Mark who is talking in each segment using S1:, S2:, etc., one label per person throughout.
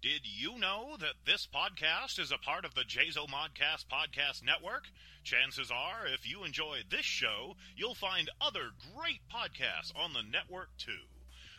S1: Did you know that this podcast is a part of the Jazo Modcast Podcast Network? Chances are, if you enjoy this show, you'll find other great podcasts on the network too.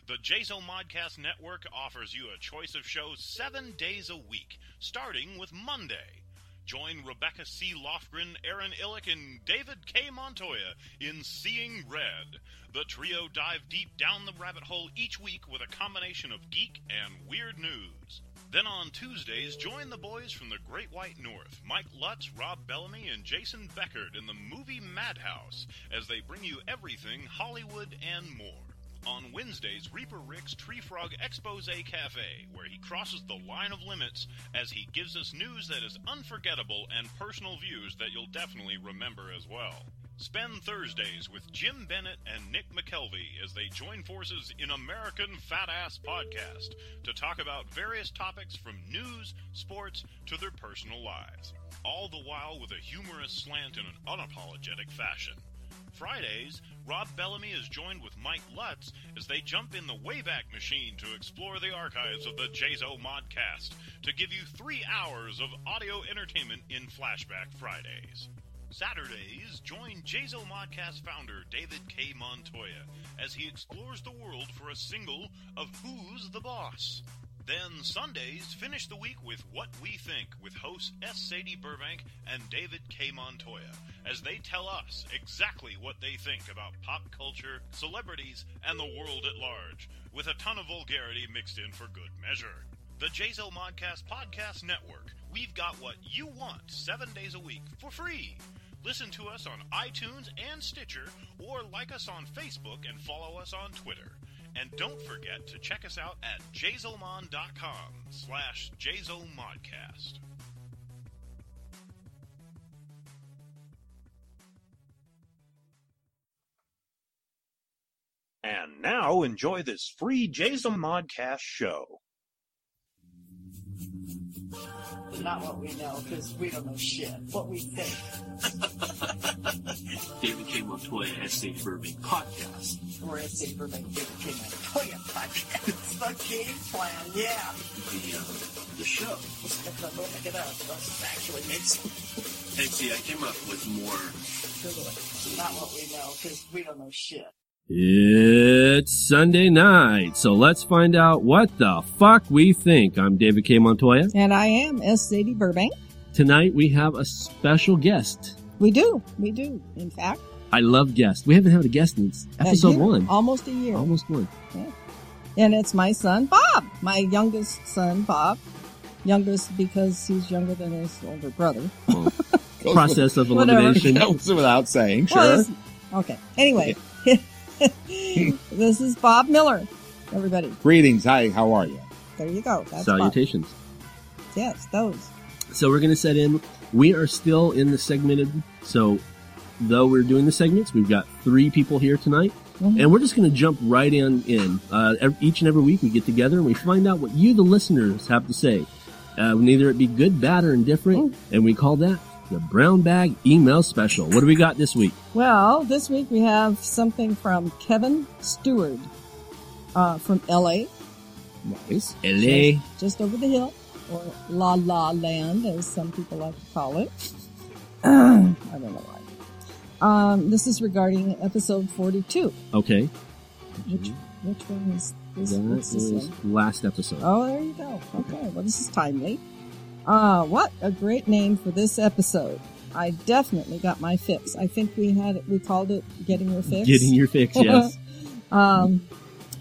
S1: The Jazo Modcast Network offers you a choice of shows seven days a week, starting with Monday. Join Rebecca C. Lofgren, Aaron Illick, and David K. Montoya in Seeing Red. The trio dive deep down the rabbit hole each week with a combination of geek and weird news. Then on Tuesdays, join the boys from the Great White North, Mike Lutz, Rob Bellamy, and Jason Beckard in the movie Madhouse as they bring you everything Hollywood and more. On Wednesdays, Reaper Rick's Tree Frog Expose Cafe, where he crosses the line of limits as he gives us news that is unforgettable and personal views that you'll definitely remember as well. Spend Thursdays with Jim Bennett and Nick McKelvey as they join forces in American Fat Ass Podcast to talk about various topics from news, sports, to their personal lives, all the while with a humorous slant in an unapologetic fashion. Fridays, Rob Bellamy is joined with Mike Lutz as they jump in the Wayback Machine to explore the archives of the Jazo Modcast to give you three hours of audio entertainment in Flashback Fridays. Saturdays, join Jazo Modcast founder David K. Montoya as he explores the world for a single of Who's the Boss? Then Sundays finish the week with What We Think with hosts S. Sadie Burbank and David K. Montoya as they tell us exactly what they think about pop culture, celebrities, and the world at large, with a ton of vulgarity mixed in for good measure. The Jazo Modcast Podcast Network. We've got what you want seven days a week for free. Listen to us on iTunes and Stitcher, or like us on Facebook and follow us on Twitter. And don't forget to check us out at jazomon.com slash jazomodcast. And now enjoy this free Jazomodcast show.
S2: not what we know because we don't know shit. What we think,
S3: David K. Montoya, S.A. Burbank podcast.
S2: we're in St. Burbank, David K. Montoya podcast. It's the game plan, yeah.
S3: The, uh, the show.
S2: Look it up. Let's actually make some
S3: And see, I came up with more.
S2: Google it. Not what we know because we don't know shit.
S4: It's Sunday night, so let's find out what the fuck we think. I'm David K. Montoya.
S5: And I am S. Sadie Burbank.
S4: Tonight we have a special guest.
S5: We do. We do. In fact,
S4: I love guests. We haven't had a guest in s-
S5: a
S4: episode
S5: year,
S4: one.
S5: Almost a year.
S4: Almost one.
S5: And it's my son, Bob. My youngest son, Bob. Youngest because he's younger than his older brother.
S4: Well, process of
S5: Whatever.
S4: elimination.
S6: That was without saying, sure.
S5: Well, it's- okay. Anyway, this is Bob Miller. Everybody,
S6: Greetings. Hi, how are you?
S5: there you go. That's
S4: Salutations.
S5: Bob. Yes, those.
S4: So we're going to set in. We are still in the segmented. So though we're doing the segments, we've got three people here tonight,
S5: Mhm.
S4: and we're just going to jump right in. In uh, ev- each and every week, we get together and we find out what you, the listeners, have to say. Uh, neither it be good, bad, or
S5: Mm.
S4: indifferent, and we call that the Brown Bag Email Special. What do we got this week?
S5: Well, this week we have something from Kevin Stewart uh, from LA.
S6: Nice.
S4: LA.
S5: just over the hill, or La La Land, as some people like to call it. I don't know why. Um, this is regarding episode 42.
S4: Okay,
S5: Which which one is this?
S4: Mm-hmm. that
S5: what's this
S4: was
S5: one?
S4: last episode.
S5: Oh, there you go. Okay, well, this is timely. Uh, what a great name for this episode. I definitely got my fix. I think we had we called it "Getting Your Fix."
S4: Getting your fix, yes.
S5: Um,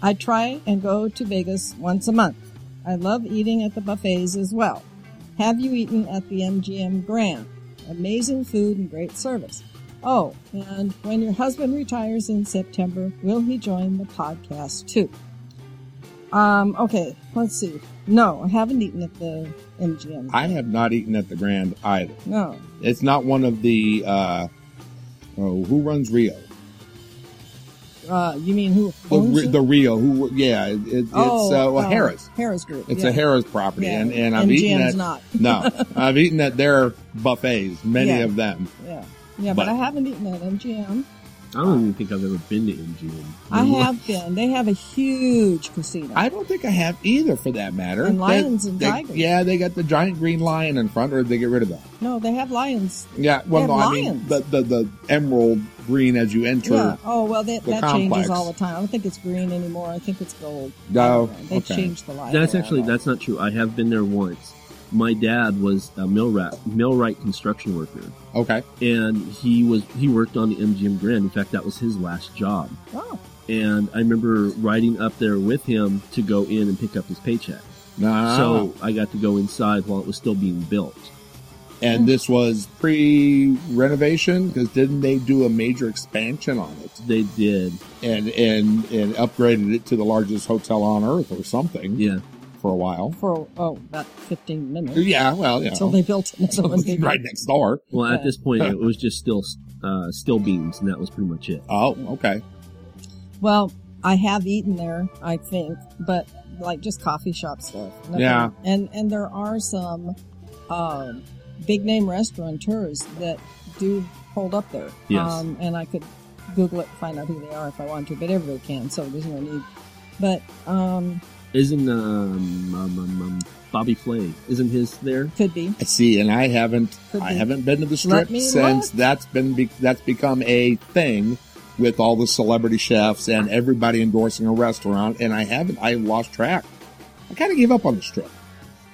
S5: I try and go to Vegas once a month. I love eating at the buffets as well. Have you eaten at the MGM Grand? Amazing food and great service. Oh, and when your husband retires in September, will he join the podcast too? Um, okay, let's see. No, I haven't eaten at the MGM.
S6: I have not eaten at the Grand either.
S5: no.
S6: It's not one of the, uh, oh, who runs Rio?
S5: Uh, you mean who?
S6: The,
S5: owns
S6: Ri-
S5: it?
S6: the Rio, who, yeah, it, it's uh, well,
S5: oh,
S6: Harris.
S5: Harris Group.
S6: It's
S5: yeah.
S6: a Harris property,
S5: Yeah.
S6: and, and I've
S5: MGM's
S6: eaten at,
S5: not.
S6: no, I've eaten at their buffets, many
S5: Yeah.
S6: of them.
S5: Yeah, yeah, but,
S6: But-
S5: I haven't eaten at MGM.
S4: I don't even think I've ever been to MGM.
S5: I have been. They have a huge casino.
S6: I don't think I have either, for that matter.
S5: And lions
S6: They-
S5: and
S6: they-
S5: tigers.
S6: Yeah, they got the giant green lion in front, or did they get rid of that?
S5: no, they have lions.
S6: Yeah, well,
S5: They
S6: no,
S5: have
S6: I mean
S5: lions.
S6: the, the the emerald green as you enter.
S5: Yeah. Oh well, that,
S6: The
S5: that
S6: complex.
S5: changes all the time. I don't think it's green anymore. I think it's gold.
S6: No,
S5: they
S6: okay.
S5: changed the light.
S4: That's
S5: around
S4: actually
S5: it.
S4: that's not true. I have been there once. My dad was a millwright, millwright construction worker,
S6: Okay,
S4: and he was he worked on the MGM Grand. In fact, that was his last job.
S5: Wow.
S4: And I remember riding up there with him to go in and pick up his paycheck.
S6: no,
S4: So I got to go inside while it was still being built.
S6: and this was pre-renovation because didn't they do a major expansion on it
S4: They did,
S6: and and and upgraded it to the largest hotel on earth or something
S4: yeah.
S6: for a while?
S5: For oh, about fifteen minutes
S6: Yeah, well, you
S5: until
S6: know,
S5: they built another one. bigger.
S6: right next door.
S4: Well, at
S5: Yeah.
S4: this point, it was just still uh, still beams, and that was pretty much it.
S6: Oh, okay.
S5: Well, I have eaten there, I think, but like just coffee shop stuff. Nothing-
S6: Yeah.
S5: And and there are some um, big name restaurateurs that do hold up there.
S4: Yes.
S5: Um, and I could Google it, find out who they are if I want to, but everybody can, so there's no need. But um,
S4: Isn't um, um, um, um, Bobby Flay? Isn't his there?
S5: could be.
S6: I see, and I haven't
S5: Could
S6: I
S5: be.
S6: haven't been to the strip
S5: me
S6: since
S5: look.
S6: that's been be- that's become a thing with all the celebrity chefs and everybody endorsing a restaurant, and I haven't I lost track. I kind of gave up on the strip.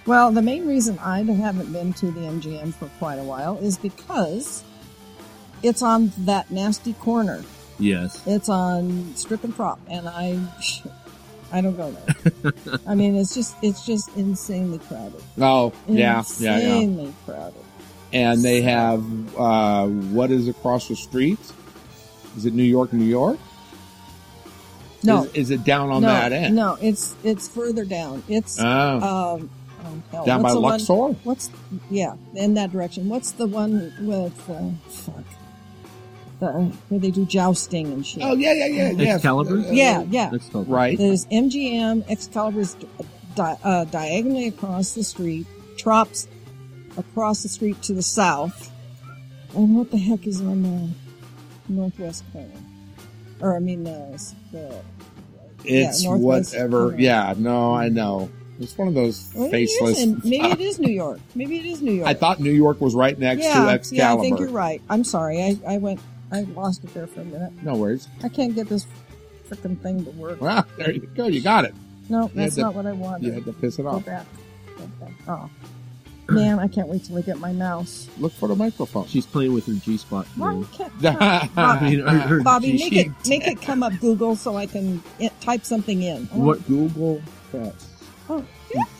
S5: Well, the main reason I haven't been to the MGM for quite a while is because it's on that nasty corner.
S4: Yes.
S5: It's on Strip and Prop, and I, I don't go there. I mean, it's just it's just insanely crowded.
S6: Oh yeah, yeah, yeah.
S5: insanely crowded.
S6: And they have uh, what is across the street? Is it New York, New York?
S5: No,
S6: is, is it down on
S5: no,
S6: that end?
S5: no, it's it's further down. It's
S6: Oh,
S5: um, um hell,
S6: down
S5: what's
S6: by
S5: the
S6: Luxor.
S5: One, what's yeah, in that direction. What's the one with uh, fuck the where they do jousting and shit?
S6: Oh yeah, yeah, yeah, yeah.
S4: Excalibur?
S5: yeah, yeah.
S4: That's called-
S6: Right.
S5: There's MGM, Excalibur's di- uh, diagonally across the street, Trops across the street to the south, and what the heck is on the northwest corner? Or I mean, the, s- the
S6: It's
S5: Yeah, Northwest
S6: whatever.
S5: Corner.
S6: Yeah, no, I know. It's one of those
S5: well, maybe it is
S6: faceless.
S5: in- maybe it is New York. Maybe it is New York.
S6: I thought New York was right next to
S5: yeah, yeah. I
S6: Excalibur.
S5: think you're right. I'm sorry. I, I went. I lost it there for a minute.
S6: No worries.
S5: I can't get this freaking thing to work.
S6: Well, there you go. You got it.
S5: No, that's
S6: the-
S5: not what I wanted.
S6: You had to piss it
S5: Go
S6: off.
S5: back. Go back. Oh. Man, I can't wait till we get my mouse.
S6: Look for the microphone.
S4: She's playing with her G spot.
S5: Why
S6: Mm.
S5: can't-
S4: I mean, her,
S6: uh,
S4: her
S5: Uh, Bobby,
S4: G-
S5: make it make it come up Google so I can i type something in. Oh,
S4: What?
S6: Google Press.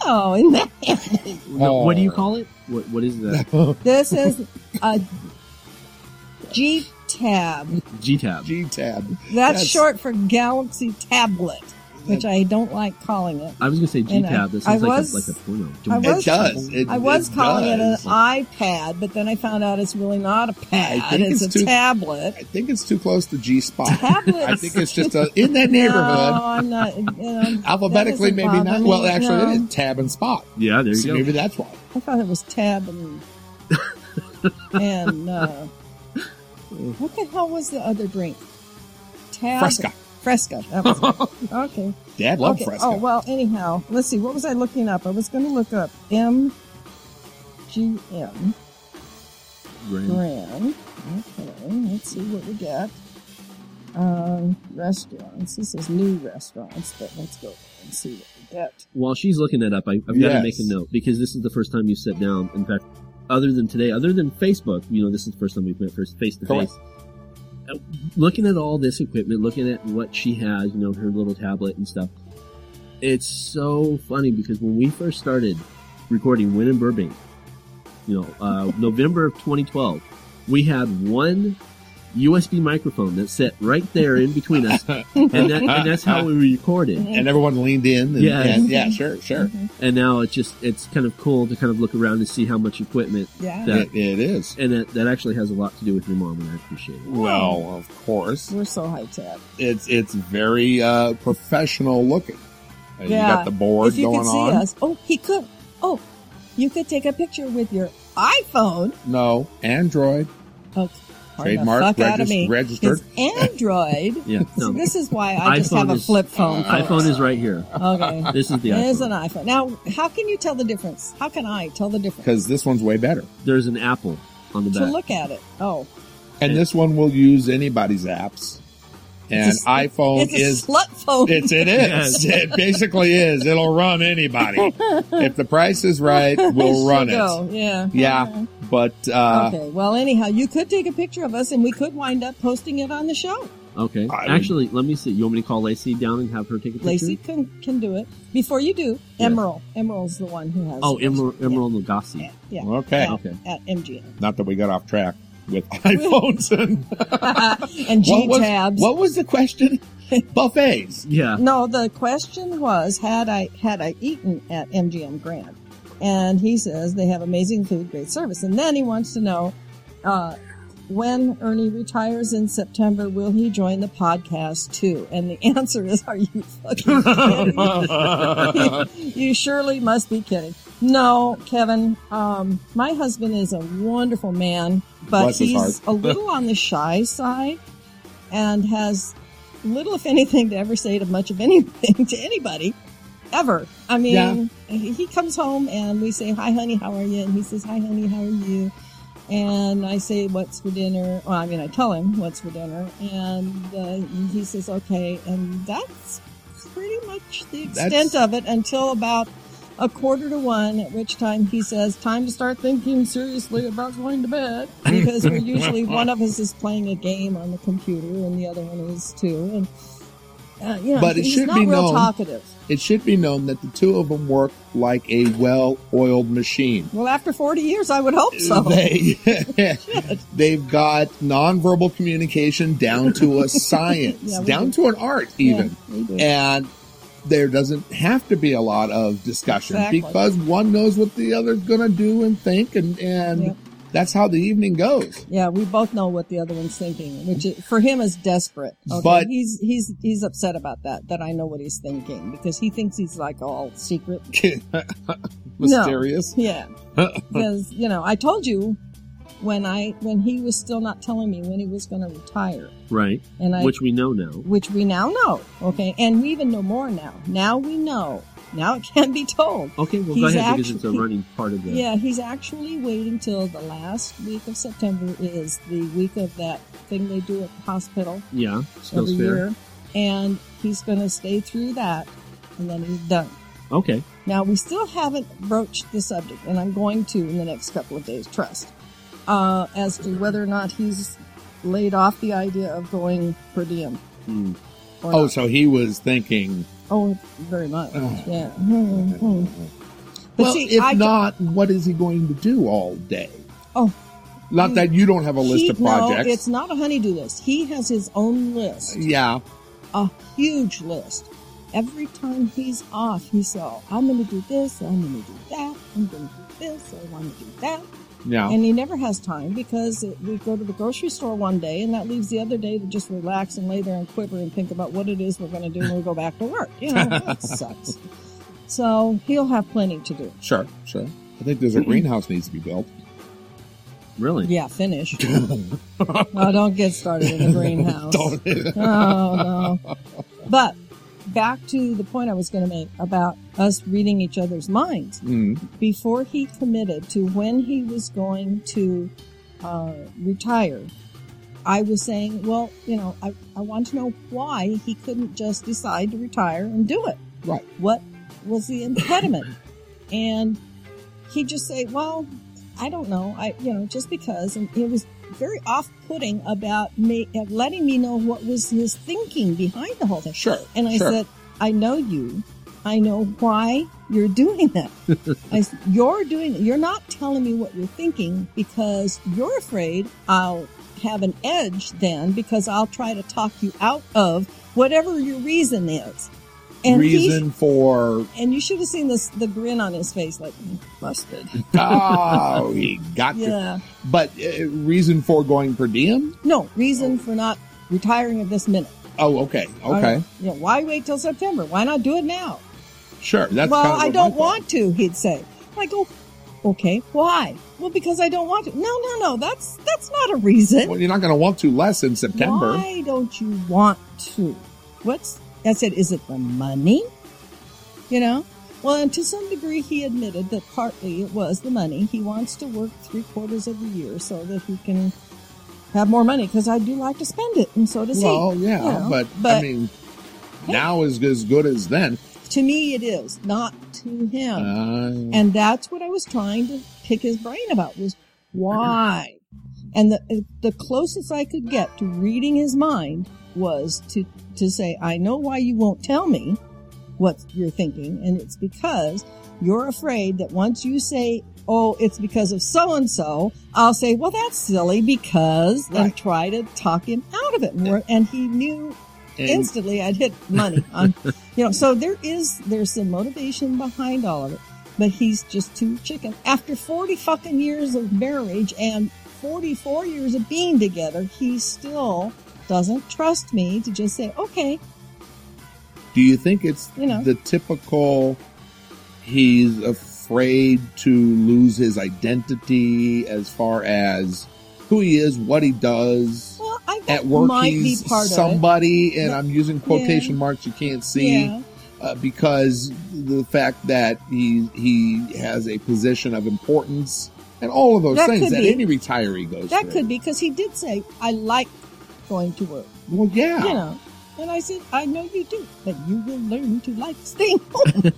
S5: Oh, isn't that handy?
S4: no, What do you call it? What? What is that?
S5: This is a G tab.
S4: G tab.
S6: G tab.
S5: That's, short for Galaxy Tablet, which I don't like calling it.
S4: I was gonna say G
S5: And I-
S4: tab. That
S5: I
S4: sounds like
S5: was-
S4: a, like a porno.
S5: I
S6: It
S5: was-
S6: does. It,
S5: I was
S6: it
S5: calling
S6: does.
S5: it an iPad, but then I found out it's really not a pad.
S6: I think
S5: it's,
S6: it's
S5: a
S6: too-
S5: tablet.
S6: I think it's too close to G spot.
S5: Tablets.
S6: I think it's just a, in that neighborhood.
S5: No, I'm not. You know,
S6: Alphabetically,
S5: That doesn't
S6: maybe not.
S5: bother
S6: Well,
S5: me,
S6: actually,
S5: no.
S6: it is tab and spot.
S4: yeah, there you
S6: So
S4: go.
S6: maybe that's why.
S5: I thought it was Tab and and uh, what the hell was the other drink? Tab
S6: Fresca.
S5: Fresca. That was it. okay.
S6: Dad loved
S5: okay.
S6: Fresca.
S5: Oh well. Anyhow, let's see. What was I looking up? I was going to look up M G M
S6: Hmm.
S4: Grand.
S5: Grand. Okay. Let's see what we got. Um, restaurants. This is new restaurants, but let's go and see what we get.
S4: While she's looking that up, I, I've got to
S6: Yes.
S4: make a note because this is the first time you've sat down. In fact, other than today, other than Facebook, you know, this is the first time we've met first face to
S6: Correct.
S4: face. Uh, Looking at all this equipment, looking at what she has, you know, her little tablet and stuff. It's so funny because when we first started recording Win in Burbank, you know, uh, November of 2012, we had one USB microphone that sat right there in between us, and, that, and that's how we recorded.
S6: and everyone leaned in. And,
S4: Yes.
S6: and- yeah, sure, sure.
S5: Mm-hmm.
S4: and now it's just it's kind of cool to kind of look around and see how much equipment
S5: Yeah.
S4: That-
S6: It- it is.
S4: and that, that actually has a lot to do with your mom and i appreciate it
S6: Well, of course.
S5: We're so high tech.
S6: it's it's very uh, professional looking. Uh, You
S5: Yeah.
S6: got the board
S5: if you
S6: going
S5: could
S6: on.
S5: see us. Oh, he could. Oh, you could take a picture with your iPhone.
S6: No, Android.
S5: Oh, Pardon the
S6: Trademark,
S5: fuck out of
S6: regis-
S5: me.
S6: registered.
S5: It's Android.
S4: Yeah, no.
S5: See, this is why I just have a
S4: is- uh,
S5: flip phone.
S4: iPhone
S5: folks.
S4: is right here.
S5: okay.
S4: This is the
S5: It is
S4: iPhone.
S5: an iPhone. Now, how can you tell the difference? How can I tell the difference?
S6: because this one's way better.
S4: There's an apple on the
S5: To
S4: back.
S5: look at it. Oh,
S6: And this one will use anybody's apps. And
S5: It's a-
S6: iPhone
S5: it's a
S6: is
S5: slut phone.
S6: it's it is.
S4: Yes.
S6: It basically is. It'll run anybody. if the price is right, we'll
S5: Should
S6: run it.
S5: go, Yeah.
S6: Yeah. But uh
S5: okay. Well, anyhow, you could take a picture of us, and we could wind up posting it on the show.
S4: Okay.
S6: I would-
S4: Actually, let me see. You want me to call Lacey down and have her take a picture?
S5: Lacey can can do it. Before you do,
S4: Yeah.
S5: Emerald. Emerald's the one who has.
S4: Oh,
S5: it.
S4: Emerald, Emerald Lagasse.
S5: Yeah. yeah.
S6: okay.
S5: Yeah.
S4: Okay.
S5: At MGM.
S6: Not that we got off track with iPhones and
S5: and G
S6: what was,
S5: tabs.
S6: What was the question? Buffets.
S4: Yeah.
S5: No, the question was had I had I eaten at MGM Grand, and he says they have amazing food, great service, and then he wants to know uh, when Ernie retires in September, will he join the podcast too? And the answer is, are you fucking kidding? me? you surely must be kidding. No, Kevin, um, my husband is a wonderful man, but
S6: Bless his
S5: he's a little on the shy side and has little, if anything, to ever say to much of anything to anybody ever. I mean, he he comes home and we say, Hi, honey, how are you? And he says, Hi, honey, how are you? And I say, What's for dinner? Well, I mean, I tell him what's for dinner. And uh, he says, Okay. And that's pretty much the extent
S6: That's-
S5: of it until about a quarter to one, at which time he says, Time to start thinking seriously about going to bed. Because we're usually one of us is playing a game on the computer and the other one is too. And, uh, you know,
S6: But it
S5: he's
S6: should
S5: not
S6: be
S5: real
S6: known-
S5: talkative.
S6: It should be known that the two of them work like a well-oiled machine.
S5: Well, after 40 years, I would hope so.
S6: They they've got nonverbal communication down to a science,
S5: Yeah, we
S6: down to an art even.
S5: Yeah, they do.
S6: And there doesn't have to be a lot of discussion
S5: Exactly.
S6: because one knows what the other's going to do and think and and
S5: Yep.
S6: that's how the evening goes.
S5: Yeah, we both know what the other one's thinking, which is, for him is desperate. Okay?
S6: But-
S5: he's he's he's upset about that. That I know what he's thinking because he thinks he's like all secret.
S6: Mysterious.
S5: Yeah, because you know I told you when I when he was still not telling me when he was going to retire,
S4: Right.
S5: and I
S4: Which we know now.
S5: which we now know. Okay, and we even know more now. Now we know. Now it can be told.
S4: Okay, well, go
S5: He's
S4: ahead because it's a
S5: actually-
S4: running part of the.
S5: Yeah, he's actually waiting till the last week of September is the week of that thing they do at the hospital
S4: Yeah. Skills
S5: every
S4: fair.
S5: year, and he's going to stay through that, and then he's done.
S4: Okay.
S5: Now we still haven't broached the subject, and I'm going to in the next couple of days. Trust uh, as to whether or not he's laid off the idea of going per diem.
S4: Hmm.
S5: Or
S6: Oh,
S5: not.
S6: so he was thinking
S5: oh, very much.
S6: Oh.
S5: Yeah. Hmm, hmm. But
S6: well,
S5: see,
S6: if
S5: I
S6: not, what is he going to do all day?
S5: Oh.
S6: not that you don't have a list
S5: he-
S6: of projects.
S5: No, it's not a honeydew list. He has his own list.
S6: yeah,
S5: a huge list. Every time he's off, he's all, I'm going to do this, I'm going to do that, I'm going to do this, I want to do that.
S6: yeah.
S5: And he never has time because it- we go to the grocery store one day and that leaves the other day to just relax and lay there and quiver and think about what it is we're going to do when we go back to work. You know, that sucks. So he'll have plenty to do.
S6: sure, sure. I think there's a greenhouse needs to be built.
S4: Really?
S5: Yeah, finish. oh, don't get started in the greenhouse. oh no. But back to the point I was going to make about us reading each other's minds.
S6: Mm.
S5: Before he committed to when he was going to uh, retire, I was saying, well, you know, I, I want to know why he couldn't just decide to retire and do it.
S6: Right.
S5: What was the impediment? and he just say, well, I don't know. I, you know, just because. And it was very off-putting about me uh, letting me know what was his thinking behind the whole thing.
S6: Sure,
S5: And I
S6: sure.
S5: said, I know you. I know why you're doing that. I, s- you're doing. You're not telling me what you're thinking because you're afraid I'll have an edge then because I'll try to talk you out of whatever your reason is. And he-
S6: Reason for
S5: and you should have seen this the grin on his face, like "Mm, busted.
S6: oh, he got you.
S5: Yeah.
S6: But uh, reason for going per diem?
S5: No reason for not retiring at this minute.
S6: Oh, okay,
S5: I
S6: okay,
S5: don't- You know, why wait till September? Why not do it now?
S6: sure. That's
S5: well,
S6: kind of
S5: I
S6: what
S5: don't
S6: my thought-
S5: want to, he'd say. I go, oh, Okay, why? Well, because I don't want to. No, no, no. That's that's not a reason.
S6: Well, you're not going to want to less in September.
S5: Why don't you want to? What's I said? Is it the money? You know. Well, and to some degree, he admitted that partly it was the money. He wants to work three quarters of the year so that he can have more money because I do like to spend it, and so does
S6: Well,
S5: he.
S6: yeah,
S5: you know.
S6: but, I mean, now is as good as then.
S5: to me, it is not to him.
S6: Uh,
S5: And that's what I was trying to pick his brain about was why. And the uh, the closest I could get to reading his mind was to to say, I know why you won't tell me what you're thinking, and it's because you're afraid that once you say, "Oh, it's because of so and so," I'll say, "Well, that's silly," because,
S6: Right.
S5: and try to talk him out of it. And, we're- and he knew
S6: and,
S5: instantly I'd hit money on, you know, so there is, there's some motivation behind all of it, but he's just too chicken. After 40 fucking years of marriage and 44 years of being together, he still doesn't trust me to just say, okay,
S6: do you think it's
S5: You know.
S6: the typical he's afraid to lose his identity as far as who he is, what he does?
S5: well, I that
S6: At work,
S5: might
S6: he's
S5: be part of
S6: somebody, and
S5: But-
S6: I'm using quotation marks you
S5: it.
S6: can't see.
S5: yeah.
S6: uh, because the fact that he he has a position of importance and all of those
S5: That
S6: things
S5: could
S6: that
S5: be.
S6: any retiree goes
S5: That
S6: through.
S5: could be because he did say, I like going to work,
S6: well, yeah.
S5: you know. And I said, I know you do, but you will learn to like staying home.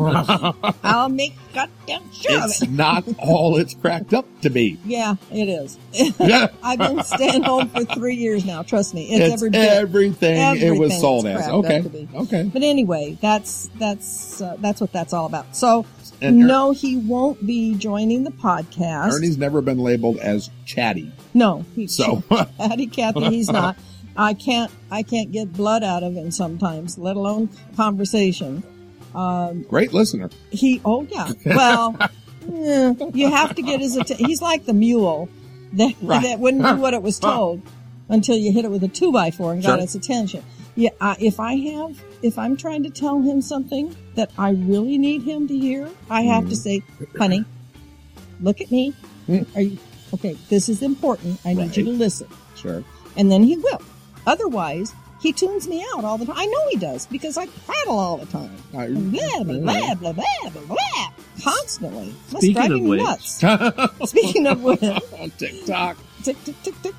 S5: I'll make goddamn sure of it.
S6: it's not all it's cracked up to be.
S5: Yeah, it is.
S6: Yeah.
S5: I've been staying home for three years now. Trust me, it's,
S6: It's
S5: every bit.
S6: everything, it was
S5: everything's
S6: sold as.
S5: cracked up
S6: Okay,
S5: to be.
S6: okay.
S5: but anyway, that's that's uh, that's what that's all about. So
S6: And Er-
S5: no, he won't be joining the podcast.
S6: Ernie's never been labeled as chatty,
S5: no, he,
S6: so
S5: Patty Kathy, he's not. I can't I can't get blood out of him sometimes, let alone conversation. Um,
S6: great listener.
S5: he oh yeah, well, eh, you have to get his attention. He's like the mule that
S6: Right.
S5: that wouldn't do what it was told until you hit it with a two by four and got
S6: Sure.
S5: its attention. Yeah, I, if I have, if I'm trying to tell him something that I really need him to hear, I have to say, "Honey, look at me.
S6: Mm.
S5: Are you okay? This is important. I need you to listen."
S6: Sure,
S5: And then he will. Otherwise, he tunes me out all the time. I know he does because I prattle all the time.
S6: I-
S5: Blah, blah, blah, blah, blah, blah, blah. Constantly. That's
S4: Speaking
S5: driving
S4: of
S5: me
S4: which-
S5: nuts. Speaking of which,
S6: on TikTok.
S5: tick, tick, tick, tick.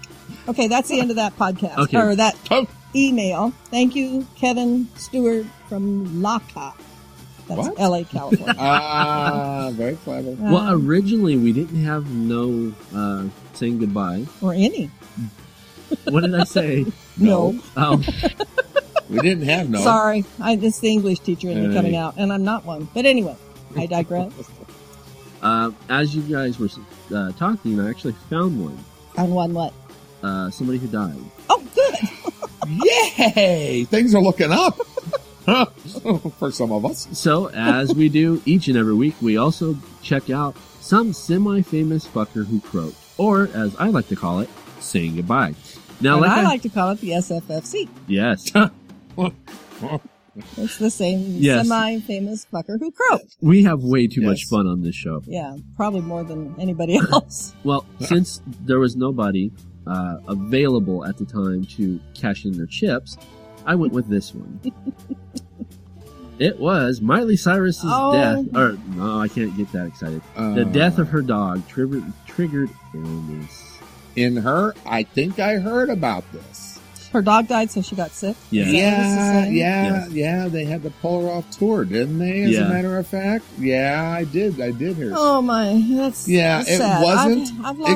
S5: Okay, that's the end of that podcast
S4: Okay.
S5: or that
S6: Oh.
S5: email. Thank you, Kevin Stewart from LACA. That's
S6: What?
S5: LA, California.
S6: Ah, very clever.
S5: Uh,
S4: Well, originally we didn't have no uh, saying goodbye.
S5: or any.
S4: What did I say?
S5: No.
S4: Oh,
S6: We didn't have no.
S5: Sorry. I, it's the English teacher in me
S6: Hey.
S5: coming out, and I'm not one. But anyway, I digress.
S4: uh, as you guys were uh, talking, I actually found one.
S5: On one what?
S4: Uh, somebody who died.
S5: Oh, good.
S6: Yay! Things are looking up for some of us.
S4: So, as we do each and every week, we also check out some semi famous fucker who croaked, or as I like to call it, saying goodbye. Now,
S5: and
S4: like,
S5: I
S4: I-
S5: like to call it the SFFC.
S4: yes,
S5: It's the same
S4: Yes.
S5: semi-famous fucker who croaked.
S4: we have way too much
S6: Yes.
S4: fun on this show.
S5: Yeah, probably more than anybody else.
S4: Well, since there was nobody uh, available at the time to cash in their chips, I went with this one. it was Miley Cyrus's
S5: Oh.
S4: death, or no, I can't get that excited. The
S6: Uh. Um,
S4: death of her dog triggered, triggered illness.
S6: in her. I think I heard about this.
S5: Her dog died, so she got sick.
S4: Yeah.
S5: Is that what this is
S6: yeah,
S5: saying?
S6: yeah,
S4: Yes.
S6: yeah. They had to pull her off tour, didn't they? As
S4: Yeah.
S6: a matter of fact, yeah, I did. I did hear.
S5: Oh my, that's
S6: Yeah, it
S5: sad.
S6: wasn't
S5: I've, I've lost A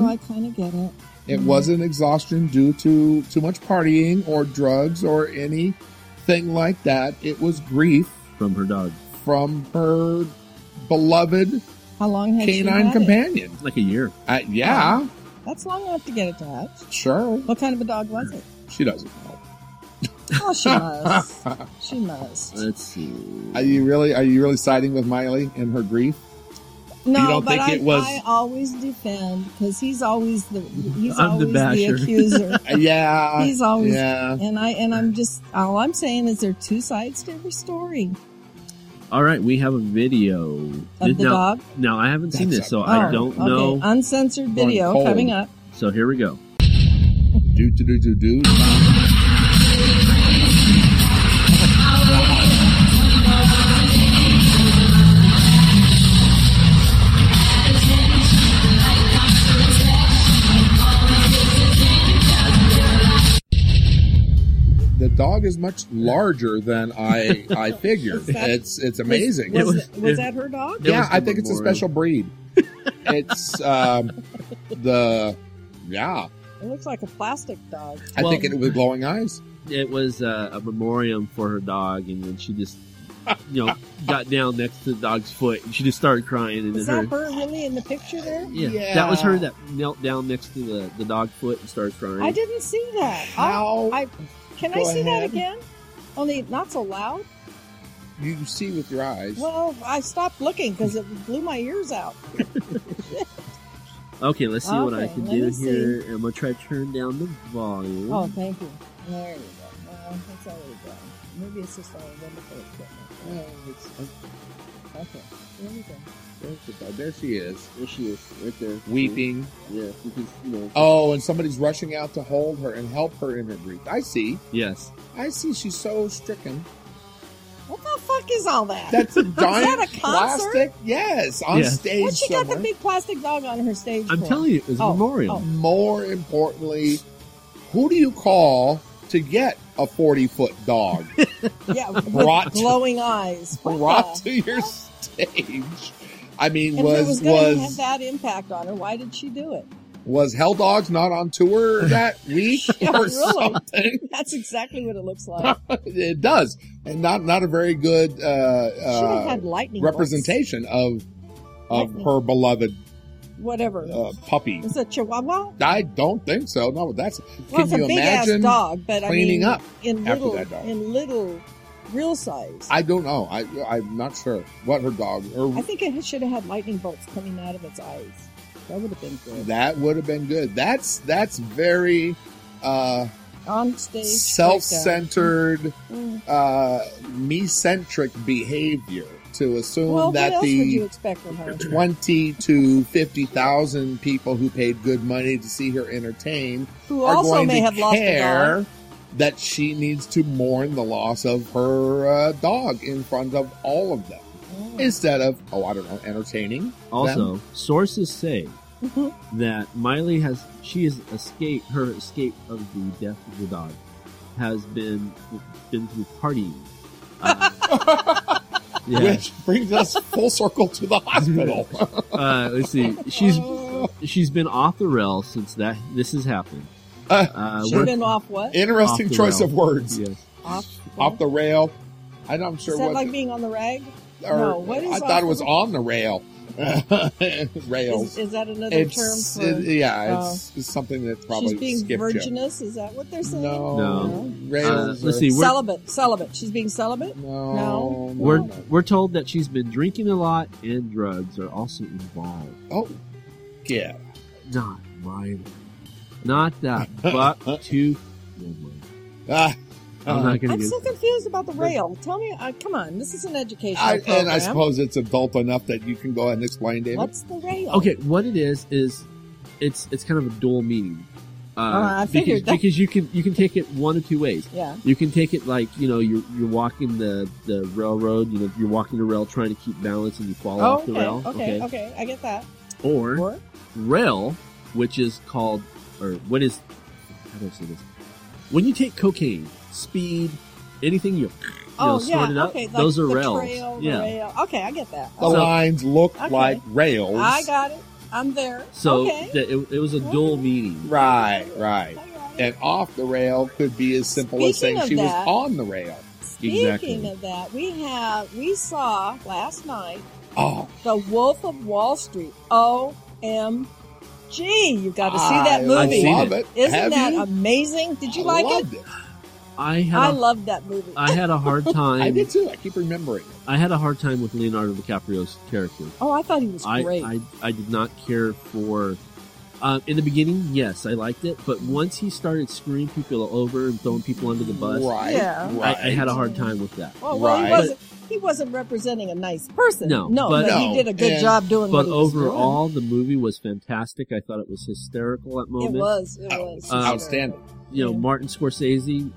S5: dog, so I kind of get it.
S6: It wasn't exhaustion due to too much partying or drugs or anything like that. It was grief
S4: From her dog,
S6: from her beloved
S5: How long had she had
S6: canine
S5: it? Oh.
S6: companion.
S4: like a year.
S6: Uh, yeah,
S5: That's long enough to get it to hatch.
S6: sure.
S5: What kind of a dog was it?
S6: She doesn't know.
S5: Oh, she must. she must.
S4: Let's see.
S6: Are you really are you really siding with Miley in her grief?
S5: No,
S6: don't
S5: but
S6: think
S5: I,
S6: it was-
S5: I always defend because he's always the he's
S4: I'm the
S5: always the
S4: basher.
S5: accuser.
S6: Uh, Yeah.
S5: He's always-
S6: Yeah.
S5: And I and I'm just all I'm saying is there are two sides to every story.
S4: All right, we have a video
S5: Of the
S4: now,
S5: dog?
S4: Now I haven't seen
S6: That's
S4: this, so
S6: a-
S4: I
S5: Oh,
S4: don't
S5: okay.
S4: know.
S5: Uncensored video
S6: cold.
S5: coming up.
S4: so here we go.
S6: Do do do do do. The dog is much larger than I I figured.
S5: that-
S6: it's it's amazing.
S5: Was, was,
S4: It was-
S5: was
S4: it-
S5: that her dog?
S4: There
S6: yeah,
S4: was
S6: I
S4: the
S6: think it's a
S4: memorial.
S6: special breed. it's um, the yeah.
S5: It looks like a plastic dog.
S6: I
S4: Well-
S6: think it with glowing eyes.
S4: It was uh, a memoriam for her dog, and then she just, you know, got down next to the dog's foot, and she just started crying. And
S5: Is
S4: then her,
S5: that her really in the picture there?
S4: yeah,
S6: Yeah.
S4: that was her that knelt down next to the, the dog foot and started crying.
S5: I didn't see that. I'll-
S6: How
S5: Oh, I- can I
S6: Go
S5: see that
S6: ahead.
S5: again? Only not so loud.
S6: you see with your eyes?
S5: Well, I stopped looking because it blew my ears out.
S4: Okay, let's see what I
S5: Okay,
S4: can
S5: let
S4: do
S5: me see.
S4: here. I'm gonna try to turn down the volume.
S5: Oh, thank you. There you go. Well, that's all we got. Maybe it's just all wonderful
S6: Oh,
S5: equipment. Okay, there we go.
S6: There's the dog. There she is,
S4: There she is, right there,
S6: weeping.
S4: Yeah, because you know.
S6: Oh, and somebody's rushing out to hold her and help her in her grief. I see.
S4: Yes.
S6: I see. She's so stricken.
S5: What the fuck is all that?
S6: That's a giant
S5: that a concert?
S6: plastic. Yes, on
S4: Yeah.
S6: stage.
S5: what she got
S6: somewhere.
S5: the big plastic dog on her stage
S4: I'm
S5: for?
S4: telling you, it was a
S5: Oh,
S4: memorial.
S5: oh.
S6: More importantly, who do you call to get a forty-foot dog
S5: Yeah, with
S6: Brought-
S5: glowing eyes. What
S6: brought
S5: the-
S6: to your stage? I mean,
S5: And if it was
S6: was
S5: going to
S6: was
S5: have that impact on her, why did she do it?
S6: was Hell Dogs not on tour that week
S5: Yeah,
S6: or
S5: really.
S6: something?
S5: That's exactly what it looks like.
S6: It does, and not not a very good uh,
S5: Should have
S6: uh,
S5: had lightning bolts.
S6: representation of of
S5: Lightning.
S6: her beloved
S5: Whatever.
S6: uh, puppy.
S5: It's a chihuahua.
S6: I don't think so. No, that's
S5: Well,
S6: can
S5: it's a
S6: you
S5: big ass
S6: imagine?
S5: dog, but I
S6: cleaning
S5: mean,
S6: up
S5: in
S6: after
S5: little,
S6: that dog?
S5: in little, real size.
S6: I don't know. I I'm not sure what her dog
S5: I
S6: or
S5: think it should have had lightning bolts coming out of its eyes. That would have been good.
S6: that would have been good. That's that's very uh,
S5: On stage, breakdown.
S6: self-centered,
S5: Mm.
S6: uh, me-centric behavior to assume
S5: Well, what
S6: that
S5: else would you
S6: the
S5: expect from her?
S6: 20 to 50,000 people who paid good money to see her entertained
S5: Who
S6: are
S5: also
S6: going
S5: may
S6: to
S5: have lost a
S6: care
S5: dog.
S6: that she needs to mourn the loss of her uh, dog in front of all of them instead of oh I don't know entertaining
S4: Also, sources say
S5: Mhm.
S4: that Miley has she has escaped her escape of the death of the dog has been been through partying. Uh, yeah.
S6: which brings us full circle to the hospital
S4: Uh, let's see. She's she's been off the rails since that this has happened.
S6: Uh,
S4: Uh,
S5: Should
S4: we're-
S5: have been off what?
S6: interesting
S4: Off the
S6: choice
S4: rail.
S6: of words
S4: yes.
S5: off.
S6: off the rail I'm not sure
S5: Is that
S6: what
S5: like being on the rag?
S6: or-
S5: no, what is
S6: I
S5: off
S6: thought it was
S5: the-
S6: on the rail
S5: Is,
S6: rails
S5: is that another
S6: it's
S5: term for?
S6: it- yeah it's, it's something that's probably
S5: she's being
S6: skipped you.
S5: virginous. Is that what they're saying?
S6: No.
S4: No. Uh,
S6: Rails.
S4: let's
S6: are-
S4: see. We're,
S5: Celibate, celibate. She's being celibate.
S6: No.
S5: No.
S6: no,
S4: we're
S6: no.
S4: we're told that she's been drinking a lot and drugs are also involved.
S6: Oh. Yeah.
S4: Not Miley. Not that buck tooth. woman.
S6: Ah,
S4: I'm not gonna
S5: I'm
S4: get.
S5: so confused about the rail. Tell me, uh, come on, this is an educational
S6: I,
S5: program.
S6: and I suppose it's adult enough that you can go ahead and explain, David.
S5: What's the rail?
S4: Okay, what it is is it's it's kind of a dual meaning. Uh,
S5: Oh, I
S4: because,
S5: figured that-
S4: because you can you can take it one of two ways.
S5: Yeah.
S4: You can take it like you know you're you're walking the the railroad. You know you're walking the rail trying to keep balance and you fall
S5: Oh,
S4: off
S5: okay,
S4: the rail.
S5: okay, okay, I get that.
S4: Or
S5: Or
S4: rail, which is called, or what is, how do I say this? When you take cocaine, speed, anything you, you know,
S5: oh
S4: snort
S5: yeah,
S4: it up,
S5: okay. Like
S4: those are
S5: the
S4: rails.
S5: Trail, the
S4: yeah.
S5: Rail. Okay, I get that.
S6: the
S4: so-
S6: lines look
S5: Okay.
S6: like rails.
S5: I got it. I'm there.
S4: So
S5: okay.
S4: that it, it was a dual meaning.
S6: right, right.
S5: All right.
S6: And off the rail could be as simple as
S5: Speaking
S6: saying
S5: of
S6: she was
S5: that-
S6: on the rail.
S5: Speaking
S4: Exactly.
S5: of that, we have we saw last night
S6: Oh,
S5: The Wolf of Wall Street. OMG. You got to see that
S6: Ah, I
S4: I've
S5: movie.
S4: seen
S6: love
S4: it.
S6: it.
S5: Isn't
S6: Have
S5: that
S6: you?
S5: amazing? Did you
S6: I
S5: like it?
S6: loved it?
S4: I had
S5: I
S4: a-
S5: loved that movie.
S4: I had a hard
S6: I
S4: time.
S6: did too. I keep remembering. it.
S4: I had a hard time with Leonardo DiCaprio's character.
S5: oh, I thought he was
S4: I,
S5: great.
S4: I I did not care for. Uh, in the beginning, yes, I liked it, but once he started screwing people over and throwing people under the bus,
S6: Right,
S5: Yeah.
S6: right.
S4: I, I had a hard time with that.
S5: oh, well,
S6: right.
S5: he wasn't. he wasn't representing a nice person.
S4: No,
S5: no,
S4: but-
S5: but, he
S6: No,
S5: did a good
S6: and-
S5: job doing.
S4: But
S5: what he was doing.
S4: overall, the movie was fantastic. I thought it was hysterical at
S5: it
S4: moments.
S5: was it
S6: Oh,
S5: was
S4: Um,
S6: outstanding.
S4: You know,
S5: Yeah.
S4: Martin Scorsese,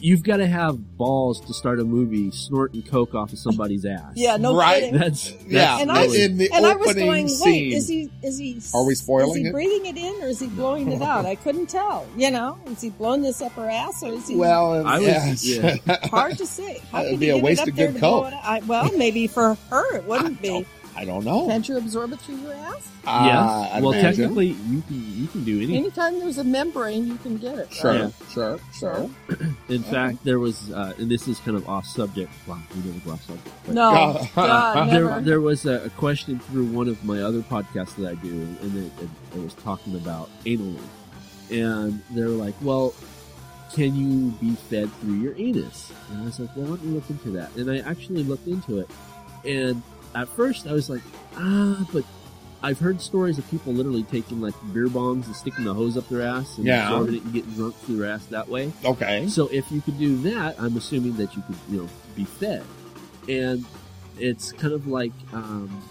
S4: you've got to have balls to start a movie snorting coke off of somebody's ass.
S5: Yeah, no
S6: Right.
S5: kidding.
S4: that's, that's
S6: yeah,
S5: And
S4: really-
S5: I was-
S6: in the
S5: and I was
S6: opening
S5: going,
S6: scene,
S5: wait, is he is he s-
S6: Are we
S5: is
S6: spoiling
S5: he
S6: it?
S5: breathing it in or is he blowing it out? I couldn't tell. You know, is he blowing this up her ass or is he?
S6: well,
S4: I was-
S6: yes.
S4: yeah.
S5: hard to say. How
S6: It'd
S5: could
S6: be
S5: he
S6: a
S5: get it
S6: waste
S5: up
S6: of
S5: there
S6: good
S5: to blow
S6: coke.
S5: it out? I, well, maybe for her it wouldn't be.
S6: I don't know.
S5: Can't you absorb it through your ass?
S6: Uh,
S4: yes. Well,
S6: imagine.
S4: technically, you can you can do anything.
S5: Anytime there's a membrane, you can get it. Right?
S6: Hmm. Sure,
S4: Yeah.
S6: sure, sure.
S4: In fact, there was, uh, and this is kind of off subject. Wow, we didn't go off subject. but-
S5: No, Oh, God,
S4: There,
S5: never.
S4: there was a, a question through one of my other podcasts that I do, and it, it, it was talking about anal leak. And they're like, well, can you be fed through your anus? And I was like, well, let me look into that. And I actually looked into it. And at first I was like, ah, but I've heard stories of people literally taking like beer bombs and sticking the hose up their ass and
S6: Yeah.
S4: absorbing it and getting drunk through their ass that way.
S6: Okay.
S4: So if you could do that, I'm assuming that you could, you know, be fed. And it's kind of like, um,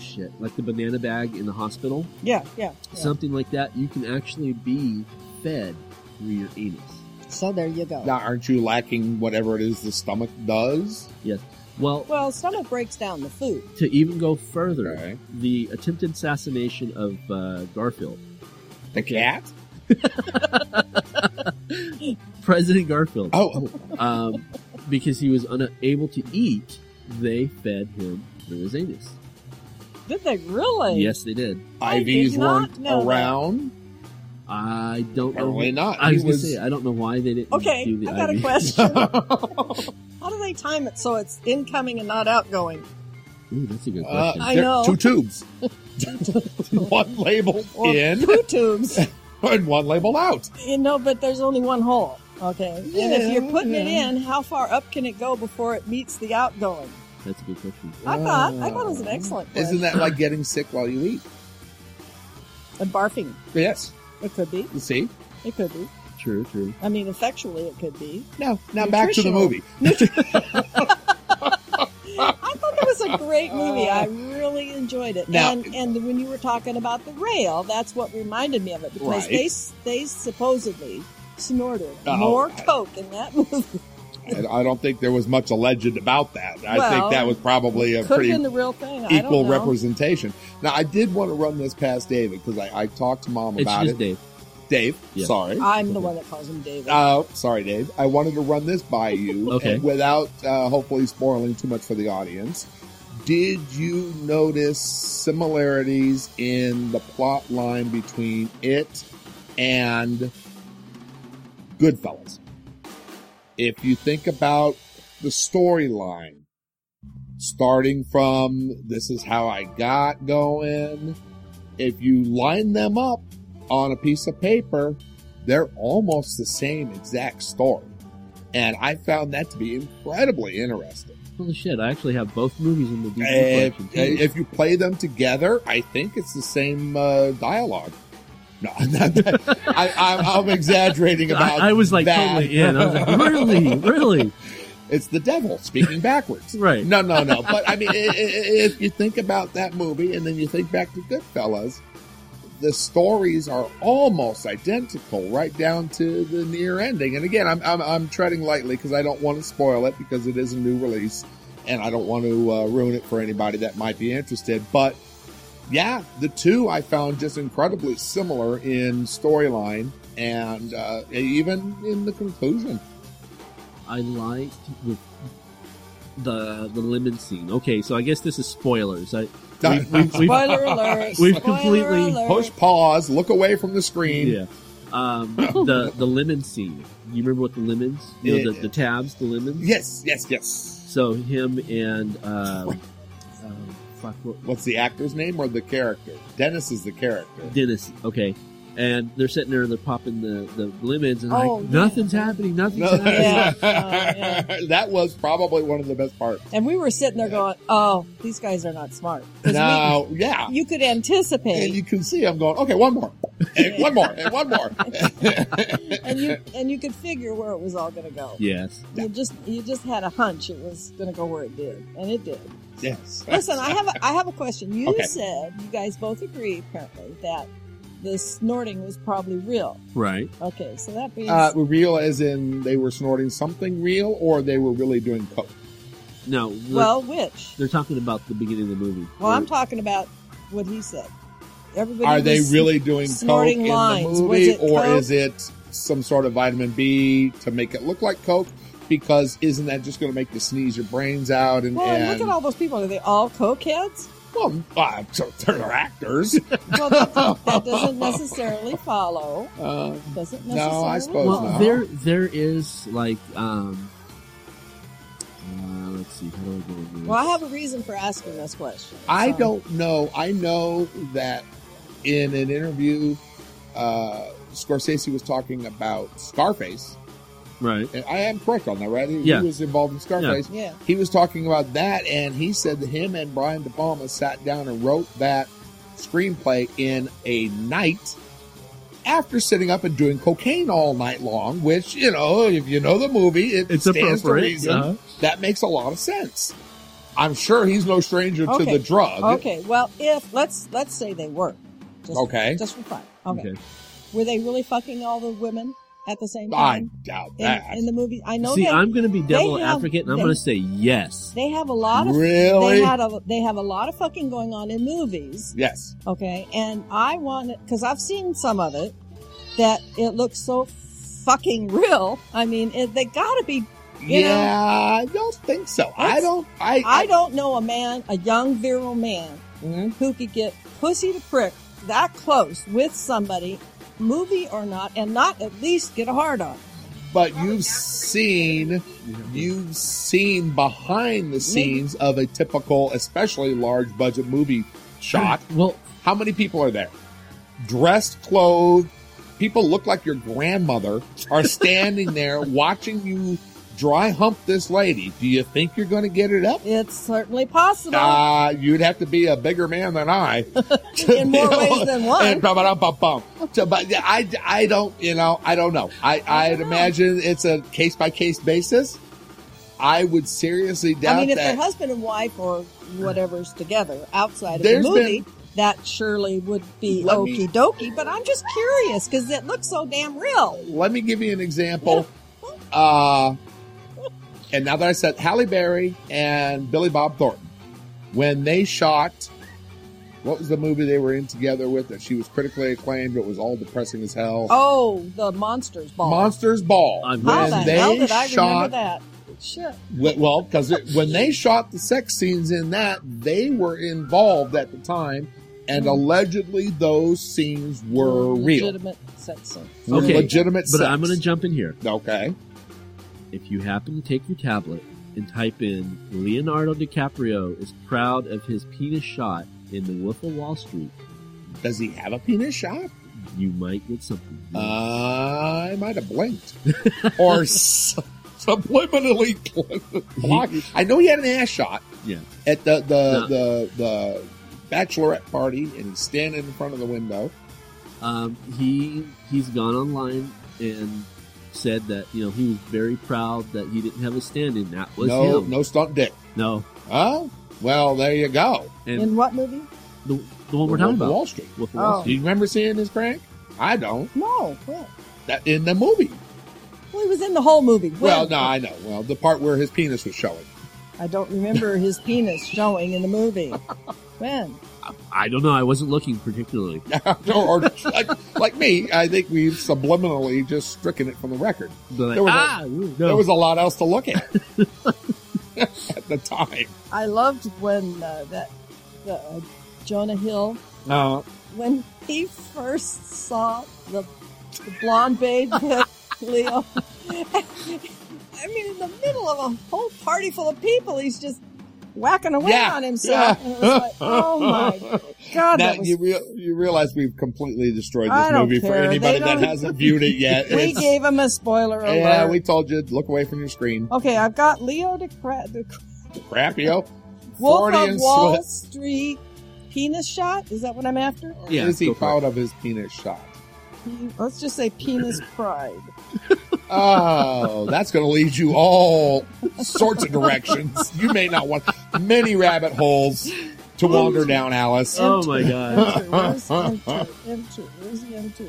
S4: shit, like the banana bag in the hospital,
S5: yeah, yeah. yeah. So,
S4: something like that. You can actually be fed through your anus.
S5: there you go.
S6: Now, aren't you lacking whatever it is the stomach does?
S4: Well,
S5: Well, stomach breaks down the food.
S4: to even go further,
S6: Okay.
S4: the attempted assassination of uh, Garfield,
S6: The cat?
S4: President Garfield,
S6: Oh,
S4: um, because he was unable to eat, they fed him through his anus.
S5: Did they really?
S4: Yes, they did.
S5: I
S6: IVs
S5: did not
S6: weren't
S5: know that.
S6: around?
S4: I don't know.
S6: Apparently not.
S4: Oh, I
S6: He
S4: was, gonna say I don't know why they didn't.
S5: Okay,
S4: do the
S5: I got a
S4: IV.
S5: question. How do they time it so it's incoming and not outgoing?
S4: Ooh, that's a good
S6: Uh,
S4: question.
S5: I
S6: there-
S5: know.
S6: Two tubes. one label
S5: Or
S6: in
S5: poo tubes?
S6: and one label out.
S5: you know, but there's only one hole. Okay. and
S6: Yeah,
S5: if you're putting it
S6: yeah.
S5: in, how far up can it go before it meets the outgoing?
S4: that's a good question.
S5: I thought I thought it was an excellent question.
S6: Isn't that like getting sick while you eat?
S5: and barfing?
S6: Yes.
S5: It could be.
S6: You see?
S5: It could be.
S4: True, true.
S5: I mean, effectually, it could be.
S6: No. Now back to the
S5: Nutritional.
S6: movie.
S5: I thought that was a great movie. I really enjoyed it.
S6: Now-
S5: and and when you were talking about the rail, that's what reminded me of it because
S6: Right.
S5: they they supposedly snorted
S6: Oh,
S5: more
S6: I-
S5: coke in that movie.
S6: I, I don't think there was much alleged about that. I think
S5: Well,
S6: that was probably a
S5: could have
S6: pretty
S5: been the real thing. I
S6: equal
S5: don't know.
S6: representation. Now, I did want to run this past David because I, I talked to mom
S4: It's
S6: about
S4: just
S6: it.
S4: Dave.
S6: Dave,
S4: Yeah.
S6: sorry.
S5: I'm the one that calls him David.
S6: Oh, sorry, Dave. I wanted to run this by you
S4: Okay.
S6: and without uh, hopefully spoiling too much for the audience. Did you notice similarities in the plot line between it and Goodfellas? If you think about the storyline, starting from this is how I got going, if you line them up on a piece of paper, they're almost the same exact story. And I found that to be incredibly interesting.
S4: Holy shit! I actually have both movies in the DVD
S6: If,
S4: collection. too.
S6: if you play them together, I think it's the same uh, dialogue. No, I'm not that, I, I'm, I'm exaggerating about.
S4: I, I was like
S6: that.
S4: totally in. I was like, really, really,
S6: it's the devil speaking backwards.
S4: right?
S6: No, no, no. But I mean, i- i- i- if you think about that movie and then you think back to Goodfellas, the stories are almost identical, right down to the near ending. And again, I'm I'm, I'm treading lightly because I don't want to spoil it because it is a new release, and I don't want to uh, ruin it for anybody that might be interested. But yeah, the two I found just incredibly similar in storyline and uh, even in the conclusion.
S4: I liked with the the lemon scene. Okay, so I guess this is spoilers. I we, we, we've,
S5: Spoiler alert!
S4: we've
S5: Spoiler
S4: completely
S5: alert.
S6: Push pause. Look away from the screen.
S4: yeah. Um, the the lemon scene. You remember what the lemons? You know, the,
S6: Yeah.
S4: the tabs, the lemons.
S6: Yes, yes, yes.
S4: So him and um, um, fuck, what,
S6: What's the actor's name or the character? Dennis is the character.
S4: Dennis. Okay. And they're sitting there and they're popping the, the lemons and
S5: Oh,
S4: like,
S5: yeah.
S4: nothing's happening, nothing's
S6: No.
S4: happening.
S5: Yeah. Oh, yeah.
S6: that was probably one of the best parts.
S5: And we were sitting there going, "Oh, these guys are not smart." 'Cause we-
S6: Now, yeah.
S5: you could anticipate.
S6: And you can see I'm going, okay, one more. and one more, and one more.
S5: and you and you could figure where it was all going to go.
S4: Yes.
S5: You just you just had a hunch it was going to go where it did, and it did.
S6: yes.
S5: Listen, I have a, I have a question. You
S6: Okay.
S5: said you guys both agree apparently that the snorting was probably real.
S4: Right.
S5: Okay, so that means
S6: Uh, real as in they were snorting something real or they were really doing coke.
S4: No. they're-
S5: well, which?
S4: they're talking about the beginning of the movie.
S5: Well, I'm
S4: Or-
S5: talking about what he said. Everybody
S6: Are they
S5: was-
S6: really doing coke
S5: snorting
S6: in
S5: lines.
S6: the
S5: Was
S6: movie
S5: it
S6: or
S5: coke?
S6: is it some sort of vitamin B to make it look like coke? Because isn't that just going to make you sneeze your brains out and,
S5: Well, and look
S6: and
S5: at all those people. Are they all cokeheads?
S6: well, uh, so they're actors.
S5: Well, that, that doesn't necessarily follow.
S6: Uh,
S5: Doesn't
S6: No,
S5: necessarily.
S6: I suppose
S4: well,
S5: follow.
S6: Oh, not.
S4: there there is like um. Uh, let's see. How do I go with this?
S5: Well, I have a reason for asking this question.
S6: I
S5: so-
S6: don't know. I know that in an interview, uh, Scorsese was talking about Scarface.
S4: right.
S6: And I am correct on that, right? He, he
S4: Yeah.
S6: was involved in Scarface.
S5: Yeah.
S6: He was talking about that, and he said that him and Brian De Palma sat down and wrote that screenplay in a night after sitting up and doing cocaine all night long, which, you know, if you know the movie, it
S4: It's
S6: stands to
S4: appropriate.
S6: reason.
S4: uh-huh.
S6: That makes a lot of sense. I'm sure he's no stranger
S5: Okay.
S6: to the drug.
S5: Okay. Well, if let's let's say they were. Just,
S6: Okay.
S5: Just for fun. Okay. Were they really fucking all the women at the same
S6: I
S5: time
S6: doubt
S5: in,
S6: that.
S5: in the movie? I know
S4: See,
S5: they,
S4: I'm going to be devil
S5: have-
S4: advocate, and I'm
S5: they-
S4: going to say yes.
S5: they have a lot of
S6: really?
S5: they had a they have a lot of fucking going on in movies.
S6: yes.
S5: Okay, and I want it because I've seen some of it that it looks so fucking real. I mean, it, they gotta be. You know,
S6: yeah, I don't think so. I
S5: it's-
S6: don't. I.
S5: I don't know a man, a young virile man
S6: Mhm.
S5: who could get pussy to prick that close with somebody, movie or not, and not at least get a hard on.
S6: But you've seen, you've seen behind the scenes of a typical, especially large budget movie shot.
S5: Hmm.
S4: Well,
S6: How many people are there? Dressed, clothed, people look like your grandmother are standing there watching you dry hump this lady. Do you think you're going to get it up?
S5: It's certainly possible
S6: Uh, you'd have to be a bigger man than I. to
S5: in more
S6: be able-
S5: ways than one.
S6: And bum, bum, bum, bum. So, but yeah, I, I don't, you know, I don't know. I,
S5: I don't
S6: I'd
S5: know.
S6: imagine it's a case by case basis. I would seriously doubt
S5: I mean, if
S6: that.
S5: they're husband and wife or whatever's together outside of
S6: There's
S5: the movie, that surely would be
S6: Let
S5: okie
S6: me-
S5: dokie. But I'm just curious because it looks so damn real.
S6: Let me give you an example. Uh, and now that I said Halle Berry and Billy Bob Thornton, when they shot, what was the movie they were in together with that she was critically acclaimed, but was all depressing as hell?
S5: Oh, the monster's ball.
S6: Monsters Ball.
S4: I've
S5: How
S4: When
S5: the
S6: they
S5: hell did I remember
S6: shot-
S5: that? Shit.
S6: Wh- Well, because when they shot the sex scenes in that, they were involved at the time, and allegedly those scenes were
S5: Hmm.
S6: real.
S5: Legitimate sex scene.
S6: Were
S4: Okay,
S6: legitimate
S4: but
S6: sex.
S4: I'm going to jump in here.
S6: Okay.
S4: If you happen to take your tablet and type in Leonardo DiCaprio is proud of his penis shot in The Wolf of Wall Street,
S6: Does he have a penis shot?
S4: you might get something.
S6: Uh, I might have blinked. or s- subliminally blocked. I know he had an ass shot.
S4: Yeah.
S6: At the, the,
S4: No.
S6: the, the bachelorette party, and he's standing in front of the window.
S4: um, he he's gone online and said that you know he was very proud that he didn't have a stand-in. That was
S6: no,
S4: him.
S6: no stunt dick.
S4: No.
S6: Oh, well, there you go.
S4: and
S5: In what movie?
S4: the, the one we're talking about,
S6: Wall Street.
S4: Wolf of Wall
S5: Oh.
S6: Do
S4: Street.
S6: you remember seeing this crank? I don't.
S5: No. What?
S6: That in the movie.
S5: Well, he was in the whole movie.
S6: Well,
S5: When?
S6: no, I know. Well, the part where his penis was showing.
S5: I don't remember his penis showing in the movie. When?
S4: I don't know. I wasn't looking particularly.
S6: or, or like, like me, I think we've subliminally just stricken it from the record.
S4: But like,
S6: There was a-
S4: ah, ooh, no.
S6: There was a lot else to look at at the time.
S5: I loved when uh, that the, uh, Jonah Hill
S6: Uh,
S5: when he first saw the, the blonde babe with Leo. I mean, in the middle of a whole party full of people, he's just whacking away
S6: Yeah,
S5: on himself.
S6: yeah.
S5: And it was like, oh my god,
S6: now
S5: that was.
S6: you real you realize we've completely destroyed
S5: I
S6: this
S5: don't
S6: movie for
S5: care.
S6: anybody
S5: They
S6: that
S5: don't-
S6: hasn't viewed it yet.
S5: we
S6: It's-
S5: gave him a spoiler alert.
S6: yeah, we told you look away from your screen,
S5: okay, I've got Leo DiCaprio,
S6: crapio.
S5: Wolf
S6: Freudian
S5: of Wall
S6: slip.
S5: Street penis shot? Is that what I'm after? Or
S4: Yeah,
S6: is he
S4: go for
S6: proud of his penis shot?
S5: pe- let's just say penis pride.
S6: Oh, that's going to lead you all sorts of directions. You may not want many rabbit holes to wander down, Alice.
S4: Oh my
S6: Uh,
S4: God.
S5: Enter. Where's enter? Enter. Where's the enter?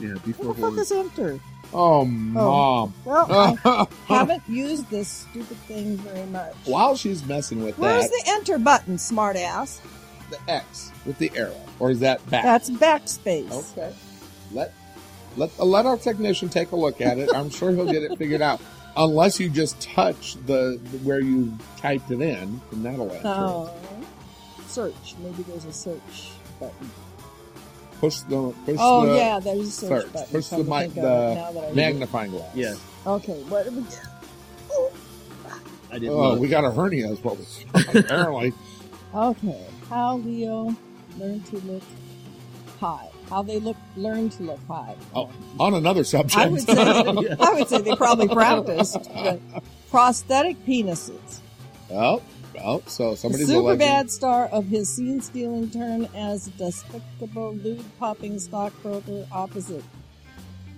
S4: Yeah,
S5: What
S4: before
S5: the fuck
S4: horns.
S5: is enter?
S6: Oh, mom.
S5: Well, I haven't used this stupid thing very much.
S6: While she's messing with
S5: Where's
S6: that,
S5: the enter button, smartass?
S6: the-, X with the arrow, or is that back?
S5: That's backspace.
S6: Okay. Let let let our technician take a look at it. I'm sure he'll get it figured out. Unless you just touch the where you typed it in, and that'll answer.
S5: No. Oh. Search. Maybe there's a search button.
S6: it. Push the push
S5: oh
S6: the
S5: yeah, there's a search,
S6: search.
S5: button.
S6: Push the
S5: Come to
S6: mi-
S5: think of
S6: the
S5: it, now that I read it.
S6: magnifying glass.
S4: Yes,
S5: Okay, what did we get?
S4: I didn't.
S6: Oh,
S4: look.
S6: we got a hernia. Is what we apparently.
S5: Okay, how Leo learned to look high. How they look learned to look high.
S6: Oh, on another subject.
S5: I would say they, I would say they probably practiced but prosthetic penises.
S6: oh, oh, so somebody's
S5: the
S6: a
S5: super
S6: legend.
S5: bad star of his scene stealing turn as despicable lewd popping stockbroker opposite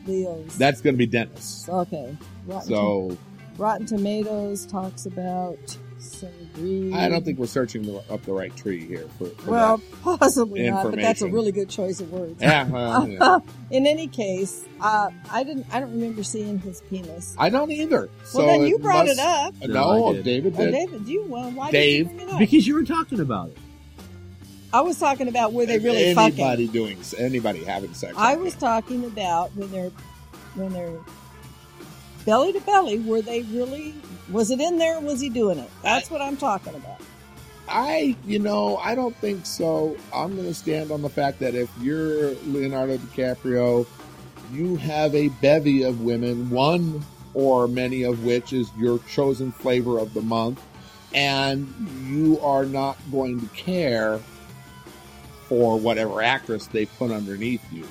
S5: Leo's.
S6: That's going to be Dennis.
S5: okay. Rotten,
S6: So
S5: Rotten Tomatoes talks about sangria.
S6: I don't think we're searching the, up the right tree here. For, for
S5: Well, possibly not, but that's a
S6: Information.
S5: really good choice of words.
S6: that. Yeah, well, yeah.
S5: In any case, uh, I didn't. I don't remember seeing his penis.
S6: I don't either. So
S5: well, then you
S6: it
S5: brought
S6: must-
S5: it up.
S6: No,
S4: No, I did.
S6: David
S5: Oh,
S6: did.
S5: David, you well, why
S6: Dave,
S5: did you bring it up?
S4: because you were talking about it.
S5: I was talking about were they really fucking.
S6: anybody doing anybody having sex?
S5: I
S6: like
S5: was
S6: that.
S5: talking about when they're when they're belly to belly. Were they really? Was it in there? Was he doing it? That's what I'm talking about.
S6: I, you know, I don't think so. I'm going to stand on the fact that if you're Leonardo DiCaprio, you have a bevy of women, one or many of which is your chosen flavor of the month, and you are not going to care for whatever actress they put underneath you.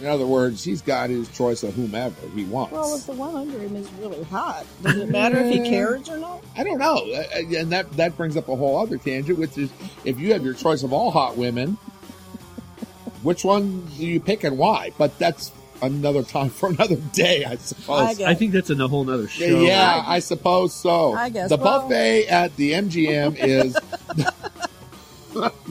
S6: In other words, he's got his choice of whomever he wants.
S5: Well, if the one under him is really hot, does it matter if he carries or not?
S6: I don't know, Uh, uh, and that that brings up a whole other tangent, which is if you have your choice of all hot women, which one do you pick and why? But that's another time for another day, I suppose.
S5: I guess.
S4: I think that's in a whole nother show.
S6: Yeah, yeah, I suppose so.
S5: I guess,
S6: the
S5: well-
S6: buffet at the MGM is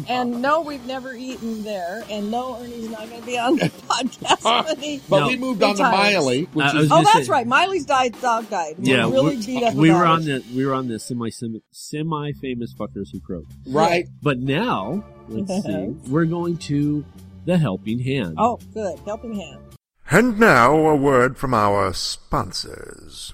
S5: And no, we've never eaten there. And no, Ernie's not going to be on the podcast. when he-
S6: But
S4: No.
S6: we moved on to
S5: Retires.
S6: Miley, which
S4: I- I
S6: is
S4: was
S5: oh,
S4: gonna
S5: that's
S4: say-
S5: right. Miley's died. Dog died. We're
S4: Yeah,
S5: really
S4: we're-
S5: beat up.
S4: We were
S5: about
S4: on
S5: it.
S4: the we were on the semi semi famous fuckers who croak.
S6: right.
S4: But now let's see,
S5: Yes.
S4: we're going to the Helping Hand.
S5: Oh, good. Helping hand.
S7: And now a word from our sponsors.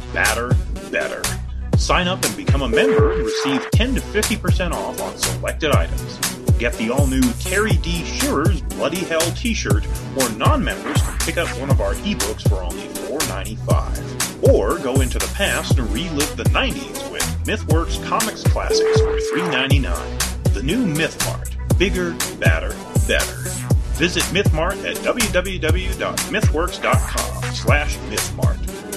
S1: Batter Better. Sign up and become a member and receive 10 to 50% off on selected items. Get the all new Terry D. Shearer's Bloody Hell t shirt, or non members can pick up one of our ebooks for only $4.95. Or go into the past and relive the 90s with MythWorks Comics Classics for $3.99. The new MythMart Bigger, Badder, Better. Visit MythMart at www.mythworks.com slash MythMart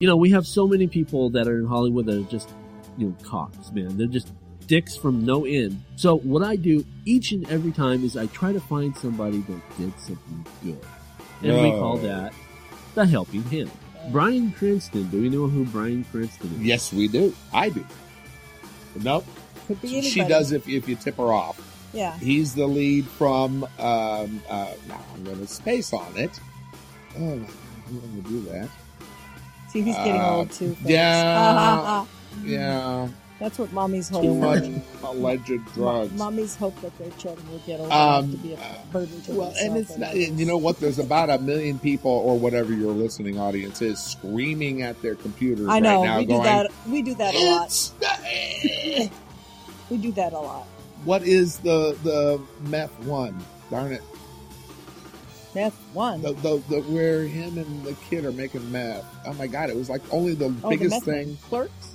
S4: You know, we have so many people that are in Hollywood that are just, you know, cocks, man. They're just dicks from no end. So what I do each and every time is I try to find somebody that did something good. And we
S6: Oh.
S4: call that the helping hand.
S5: Uh,
S4: Brian Cranston. Do we know who Brian Cranston is?
S6: Yes, we do. I do. Nope.
S5: Could be anybody.
S6: She does if, if you tip her off.
S5: Yeah.
S6: He's the lead from. Um, uh, now I'm going to space on it. Oh, I'm going to do that.
S5: See, he's getting
S6: Uh,
S5: old too. folks.
S6: yeah. Yeah,
S5: That's what mommy's
S6: too
S5: hoping.
S6: much alleged drugs.
S5: Mommies hope that their children will get old
S6: Um,
S5: enough to be a burden to
S6: Well, and
S5: themselves
S6: it's not, and you know what? There's about a million people or whatever your listening audience is screaming at their computers
S5: I know
S6: right now,
S5: we
S6: going,
S5: do that. We do that a lot.
S6: "It's the-
S5: We do that a lot.
S6: What is the the meth one? Darn it!
S5: That's one.
S6: The, the, the where him and the kid are making meth. Oh my god! It was like only the
S5: oh, the
S6: biggest
S5: meth
S6: thing.
S5: one. Clerks.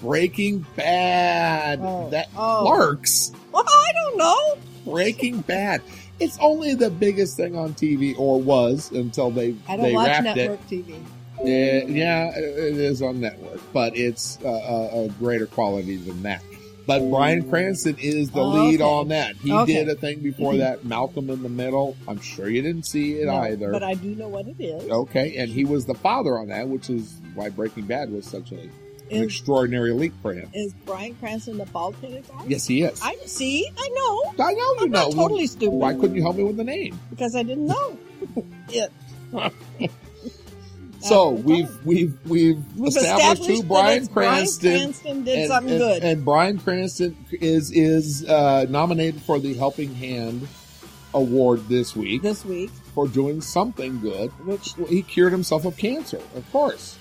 S6: Breaking Bad.
S5: Oh,
S6: That
S5: oh.
S6: Clerks.
S5: Well, I don't know.
S6: Breaking Bad. It's only the biggest thing on TV, or was until they
S5: I don't
S6: they
S5: watch
S6: wrapped it.
S5: network TV.
S6: Uh, yeah, it is on network, but it's uh, a, a greater quality than that. But Brian Cranston is the
S5: Oh,
S6: lead
S5: okay.
S6: on that. He
S5: Okay. Mm-hmm.
S6: did a thing before that, Malcolm in the Middle. I'm sure you didn't see it
S5: No,
S6: either.
S5: But I do know what it is.
S6: okay, and he was the father on that, which is why Breaking Bad was such a, an
S5: Is,
S6: extraordinary leap for him.
S5: is Brian Cranston the bald-headed guy?
S6: Yes, he is. I,
S5: I see. I know.
S6: know you
S5: I'm
S6: know.
S5: not totally stupid
S6: Why couldn't you help me with the name?
S5: because I didn't know. it.
S6: So
S5: Uh,
S6: we've we've we've
S5: We've
S6: established, who
S5: that
S6: Brian
S5: it's
S6: Cranston
S5: Bryan Cranston did something good.
S6: And Brian Cranston is is uh, nominated for the Helping Hand award this week
S5: this week,
S6: for doing something good.
S5: which
S6: Well, He cured himself of cancer, of course.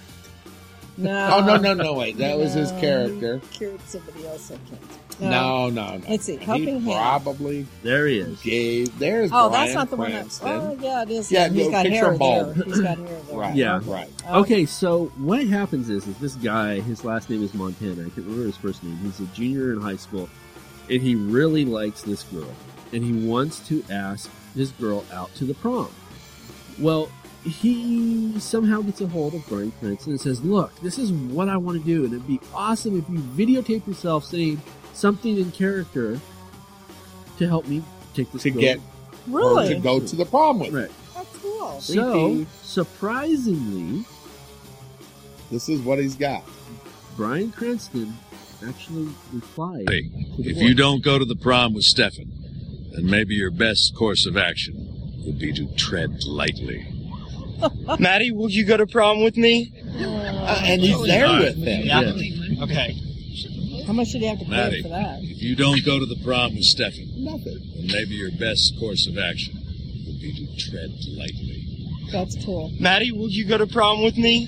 S5: no,
S6: Oh no no no wait, that was his
S5: Uh, no,
S6: character.
S5: he cured somebody else. I can't.
S6: No no no.
S5: Let's see, Helping
S6: he
S5: Hand.
S6: probably
S4: There he is.
S6: gave. There's
S5: Oh,
S6: Bryan
S5: that's not the
S6: Cranston.
S5: one. I, oh, yeah, it is.
S6: Yeah,
S5: he's
S6: no,
S5: got
S6: picture
S5: hair
S6: him bald.
S5: there. He's got hair there.
S6: Right
S4: Yeah.
S6: right.
S5: Oh,
S4: Okay, so what happens is, is this guy, his last name is Montana. I can't remember his first name. He's a junior in high school, and he really likes this girl, and he wants to ask this girl out to the prom. Well, he somehow gets a hold of Brian Cranston and says, "Look, this is what I want to do, and it'd be awesome if you videotape yourself saying something in character to help me take this
S6: To
S4: girl."
S6: get her to
S5: Really?
S6: go to the prom with.
S4: right."
S5: That's cool.
S4: So surprisingly.
S6: This is what he's got.
S4: Brian Cranston actually replied.
S3: Hey,
S4: to the
S3: If
S4: boy.
S3: you don't go to the prom with Stefan, then maybe your best course of action would be to tread lightly.
S8: Maddie, will you go to prom with me?
S6: Uh, and he's there with them.
S4: Yeah.
S8: Okay.
S5: How much did he have to pay
S3: Maddie.
S5: for that?
S3: If you don't go to the prom with Stefan,
S6: Nothing.
S3: then maybe your best course of action would be to tread lightly.
S5: That's cool.
S8: Maddie, will you go to prom with me?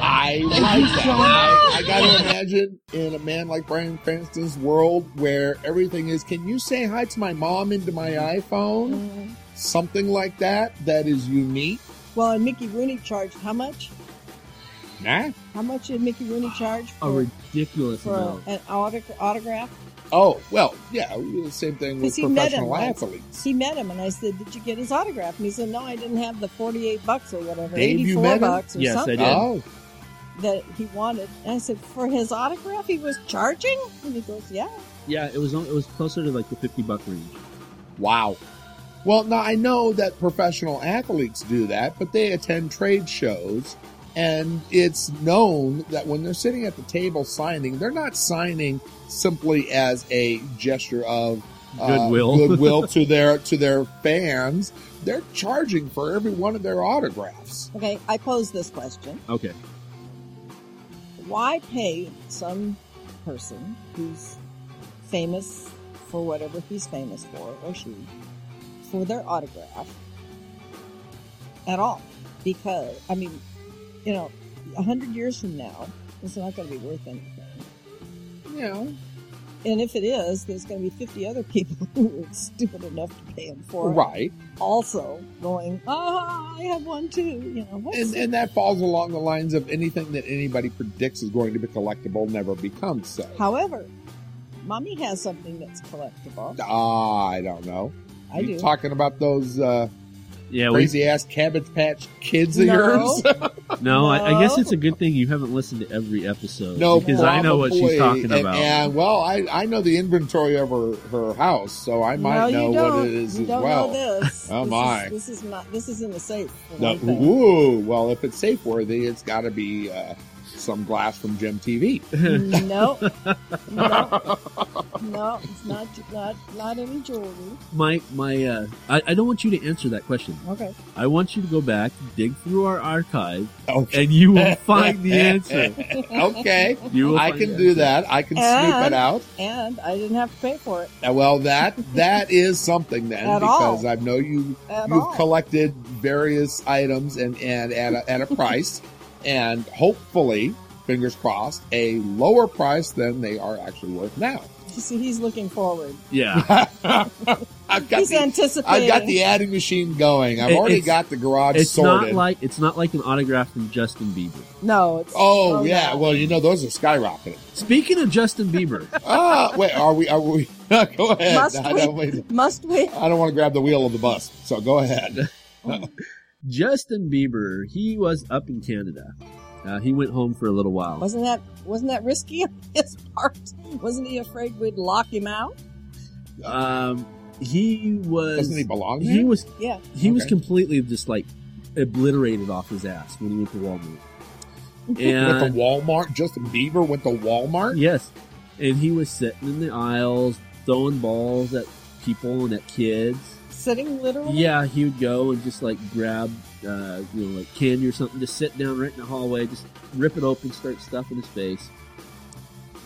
S6: I like that. I, I got to imagine in a man like Brian Cranston's world where everything is, can you say hi to my mom into my iPhone? Something like that, that is unique
S5: Mm-hmm. Well, and Mickey Rooney charged how much?
S6: Nah.
S5: How much did Mickey Rooney charge
S4: A
S5: for,
S4: ridiculous
S5: for
S4: amount.
S5: an auto- autograph?
S6: Oh, well, yeah, the same thing with
S5: Because he met him
S6: professional
S5: once.
S6: athletes.
S5: He met him, and I said, "Did you get his autograph?" And he said, "No, I didn't have the forty-eight bucks or whatever,
S6: Dave, you
S5: eighty-four
S6: met him?
S5: bucks or
S4: Yes, I
S5: something
S4: did.
S6: Oh,
S5: that he wanted." And I said, "For his autograph, he was charging?" And he goes, "Yeah."
S4: Yeah, it was on- it was closer to like the fifty buck range.
S6: wow. Well, now I know that professional athletes do that, but they attend trade shows, and it's known that when they're sitting at the table signing, they're not signing simply as a gesture of uh,
S4: Goodwill.
S6: goodwill to their to their fans. They're charging for every one of their autographs.
S5: Okay, I posed this question:
S4: Okay.
S5: Why pay some person who's famous for whatever he's famous for or she for their autograph at all? Because I mean, you know, a hundred years from now, it's not going to be worth anything.
S6: You know,
S5: And if it is, there's going to be 50 other people who are stupid enough to pay him for it.
S6: right?
S5: Also going, ah, I have one too. You know, what's
S6: And, and that falls along the lines of anything that anybody predicts is going to be collectible never becomes so.
S5: However, mommy has something that's collectible.
S6: Ah, I don't know.
S5: I
S6: You
S5: do.
S6: Talking about those uh,
S4: Yeah. We,
S6: crazy ass Cabbage Patch kids of
S5: No.
S6: yours.
S4: no, I, I guess
S5: No.
S4: it's a good thing you haven't listened to every episode.
S6: no,
S4: because I know what she's
S6: probably.
S4: talking
S6: And-
S4: about.
S6: And, well, I, I know the inventory of her, her house, so I
S5: no,
S6: might know
S5: you don't.
S6: what it is
S5: you
S6: as
S5: don't
S6: well.
S5: know this.
S6: Oh,
S5: this
S6: my.
S5: Is, this is not. This is in the safe. for
S6: No,
S5: one thing.
S6: ooh, well, if it's safe worthy, it's got to be uh, some glass from Gem TV.
S5: no, no, no, it's not, not, not any jewelry.
S4: my my uh, I, I don't want you to answer that question.
S5: Okay.
S4: I want you to go back, dig through our archive,
S6: Okay.
S4: and you will find the answer.
S6: okay.
S4: You will
S6: I
S4: find
S6: can
S4: the
S6: do
S4: answer.
S6: that. I can snoop it
S5: And-
S6: out.
S5: And I didn't have to pay for it
S6: Uh, Well, that that is something then,
S5: At all.
S6: because I know you
S5: at
S6: you've
S5: all.
S6: collected various items and and at a, at a price, and hopefully, fingers crossed, a lower price than they are actually worth now.
S5: You see, he's looking forward.
S4: Yeah.
S6: I've got
S5: He's
S6: the,
S5: anticipating.
S6: I've got the adding machine going. I've
S4: It-
S6: already
S4: it's-
S6: got the garage
S4: it's
S6: sorted.
S4: not like it's not like an autograph from Justin Bieber.
S5: no. It's,
S6: oh, yeah,
S5: no.
S6: well you know those are skyrocketing.
S4: Speaking of Justin Bieber,
S6: Ah, wait, are we? Are we? go ahead.
S5: Must
S6: I
S5: we?
S6: don't, wait,
S5: must we?
S6: I don't want to grab the wheel of the bus, so go ahead.
S4: Justin Bieber, he was up in Canada. Uh, he went home for a little while.
S5: Wasn't that wasn't that risky on his part? Wasn't he afraid we'd lock him out?
S4: Um, he was.
S6: Doesn't he belong there?
S4: he was
S5: Yeah.
S4: he was
S6: Okay.
S4: completely just like obliterated off his ass when he went to Walmart.
S6: Went to
S4: And
S6: Walmart. Justin Bieber went to Walmart.
S4: yes, and he was sitting in the aisles throwing balls at people and at kids.
S5: Sitting literally.
S4: Yeah, he would go and just like grab, uh, you know, like candy or something, just sit down right in the hallway, just rip it open, start stuffing his face.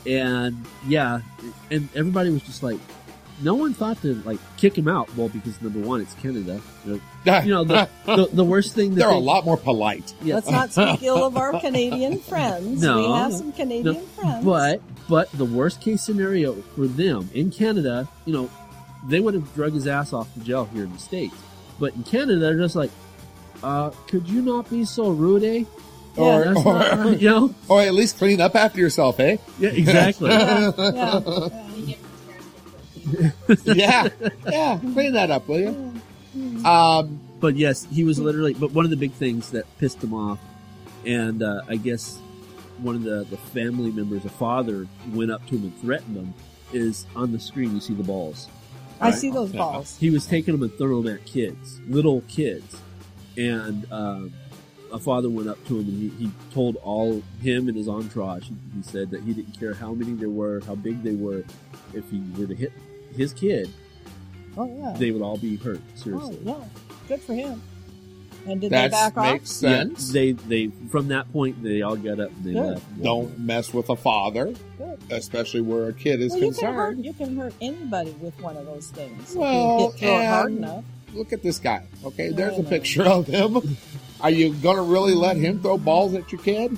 S4: And yeah, and everybody was just like, no one thought to like kick him out. Well, because number one, it's Canada. You know, you know, the, the, the worst thing that
S6: They're
S4: they,
S6: a lot more polite.
S4: Yeah.
S5: Let's not speak ill of our Canadian friends.
S4: No.
S5: we have some Canadian friends.
S4: But but the worst case scenario for them in Canada, you know, they would have drug his ass off to jail here in the states. But in Canada, they're just like, uh, could you not be so rude? Eh?
S5: Yeah,
S6: or,
S4: That's not
S6: or,
S4: right, you know?
S6: or Oh, at least clean up after yourself, eh?
S4: Yeah, exactly.
S5: yeah, yeah,
S6: yeah, yeah. Clean that up, will you? Um,
S4: but yes, he was literally. But one of the big things that pissed him off, and uh, I guess one of the the family members, a father, went up to him and threatened him. Is on the screen you see the balls.
S5: I see those
S6: Yeah.
S5: balls.
S4: he was taking them and throwing them at kids, little kids, and um, a father went up to him and he, he told all him and his entourage. He, he said that he didn't care how many there were, how big they were, if he were to hit his kid,
S5: Oh yeah.
S4: they would all be hurt
S5: Oh
S4: seriously.
S5: yeah. Good for him. And did they
S6: that
S5: back
S6: makes
S4: Yeah,
S6: sense.
S4: they they from that point they all got up and they
S5: Good.
S4: left.
S6: Don't mess with a father,
S5: Good.
S6: especially where a kid
S5: off?
S6: is
S5: Well, you can hurt
S6: concerned.
S5: you can hurt anybody with one of those things.
S6: Well,
S5: if you hit through it hard
S6: and-
S5: enough.
S6: Look at this guy. Okay,
S5: No,
S6: there's a
S5: no.
S6: picture of him. Are you going to really let him throw balls at your kid?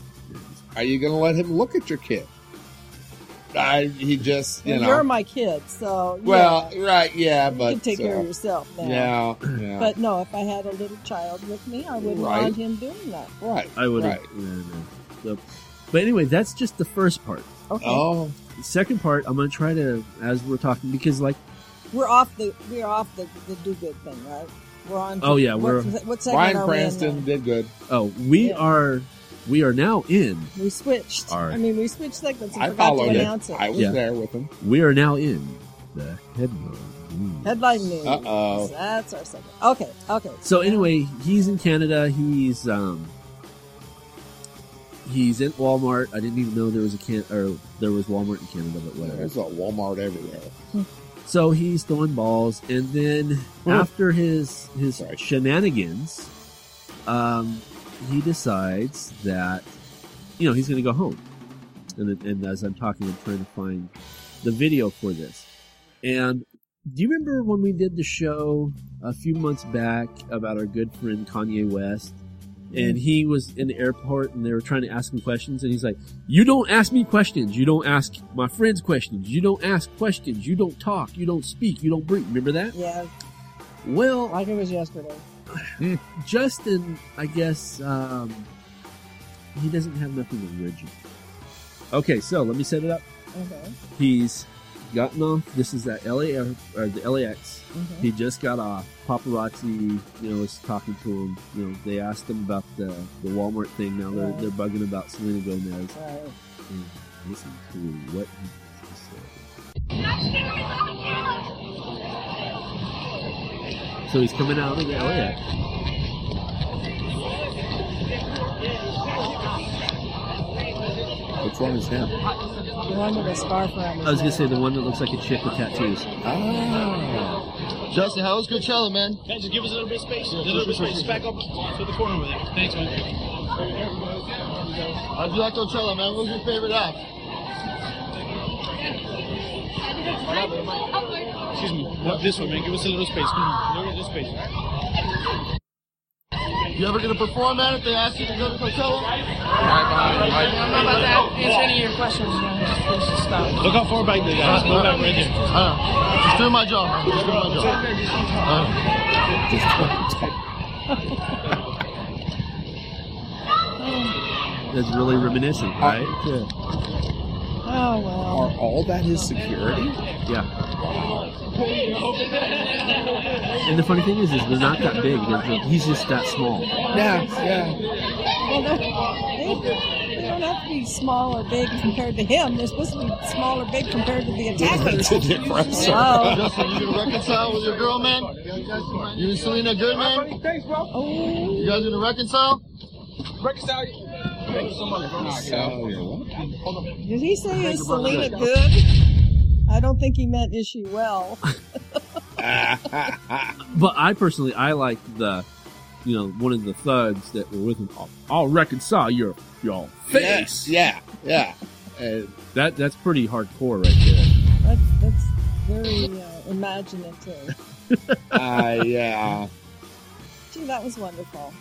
S6: Are you going to let him look at your kid? I, he just, you
S5: Well,
S6: know.
S5: You're my kid, so yeah,
S6: well, right, yeah,
S5: you
S6: but.
S5: can take care
S6: uh,
S5: of yourself now.
S6: Yeah, yeah.
S5: But no, if I had a little child with me, I wouldn't
S6: Right.
S5: want him doing that.
S6: right.
S4: I would have.
S6: Right.
S4: So, but anyway, that's just the first part.
S5: Okay,
S6: Oh,
S4: The second part, I'm going to try to, as we're talking, because like,
S5: we're off the we're off the, the do good thing, right? We're on.
S4: Oh, yeah,
S5: what,
S4: we're-
S5: what segment
S6: Brian
S5: are we in
S6: Cranston
S5: now?
S6: did good.
S4: oh, we
S5: Yeah.
S4: are, we are now in.
S5: We switched.
S4: All right.
S5: I mean, we switched segments. And
S6: I
S5: forgot to
S6: followed it.
S5: announce it.
S6: I was
S4: Yeah.
S6: there with him.
S4: We are now in the headline. news.
S5: Headline news.
S6: Uh-oh.
S5: That's our segment. Okay. Okay.
S4: So anyway, he's in Canada. He's um, he's at Walmart. I didn't even know there was a can or there was Walmart in Canada, but whatever.
S6: There's a Walmart everywhere.
S4: So he's throwing balls, and then
S6: Hmm.
S4: after his his
S6: Sorry.
S4: shenanigans, um, he decides that you know he's going to go home. And and as I'm talking, I'm trying to find the video for this. And do you remember when we did the show a few months back about our good friend Kanye West? And he was in the airport and they were trying to ask him questions. And he's like, You don't ask me questions. You don't ask my friends questions. You don't ask questions. You don't talk. You don't speak. You don't breathe. Remember that?
S5: Yeah,
S4: Well,
S5: like it was yesterday.
S4: Justin, I guess, um, he doesn't have nothing original. Okay, so let me set it up.
S5: Okay.
S4: He's gotten off. This is that LA air- or the LAX.
S5: Mhm.
S4: He just got off. Paparazzi, you know, was talking to him. You know, they asked him about the, the Walmart thing. Now they're,
S5: Right.
S4: they're bugging about Selena Gomez.
S5: All right.
S4: And listen to what he said. So he's coming out of Oh, the LAX.
S6: Which one is him?
S5: The one with the scarf around. his
S4: I was gonna
S5: neck.
S4: say the one that looks like a chick with tattoos.
S6: Ah.
S9: Justin, how was Coachella, man? Can just give us a little bit of space? a little bit of space. Back up to the corner over there. Thanks, man. How'd you like Coachella, man? What was your favorite act? Excuse me. What, this one, man. Give us a little space. Come on. A little space. You ever gonna perform, man? If they ask you to go to Coachella? Look how far back they got. Look back right there. Just doing my job, man. Just doing my job.
S4: That's really reminiscent, right? Yeah.
S5: Oh well.
S6: Are all that his security?
S4: yeah. And the funny thing is, is they're not that big. They're- they're- he's just that small.
S6: Yeah, yeah.
S5: Well, they're- they, they don't have to be small or big compared to him. They're supposed to be small or big compared to the attackers.
S6: To the aggressor.
S5: Oh,
S9: Justin, you gonna reconcile with your girl, man? You and Selena good, man?
S5: Oh.
S9: You guys gonna reconcile?
S6: So, you're welcome.
S5: did he say is Selena good? I don't think he meant is she well.
S4: But I personally, I like the, you know, one of the thugs that were with him. I'll, I'll reconcile your y'all face.
S6: Yeah, yeah. yeah. Uh,
S4: That that's pretty hardcore right there.
S5: That's that's very uh, imaginative.
S6: I, uh, yeah.
S5: Gee, that was wonderful.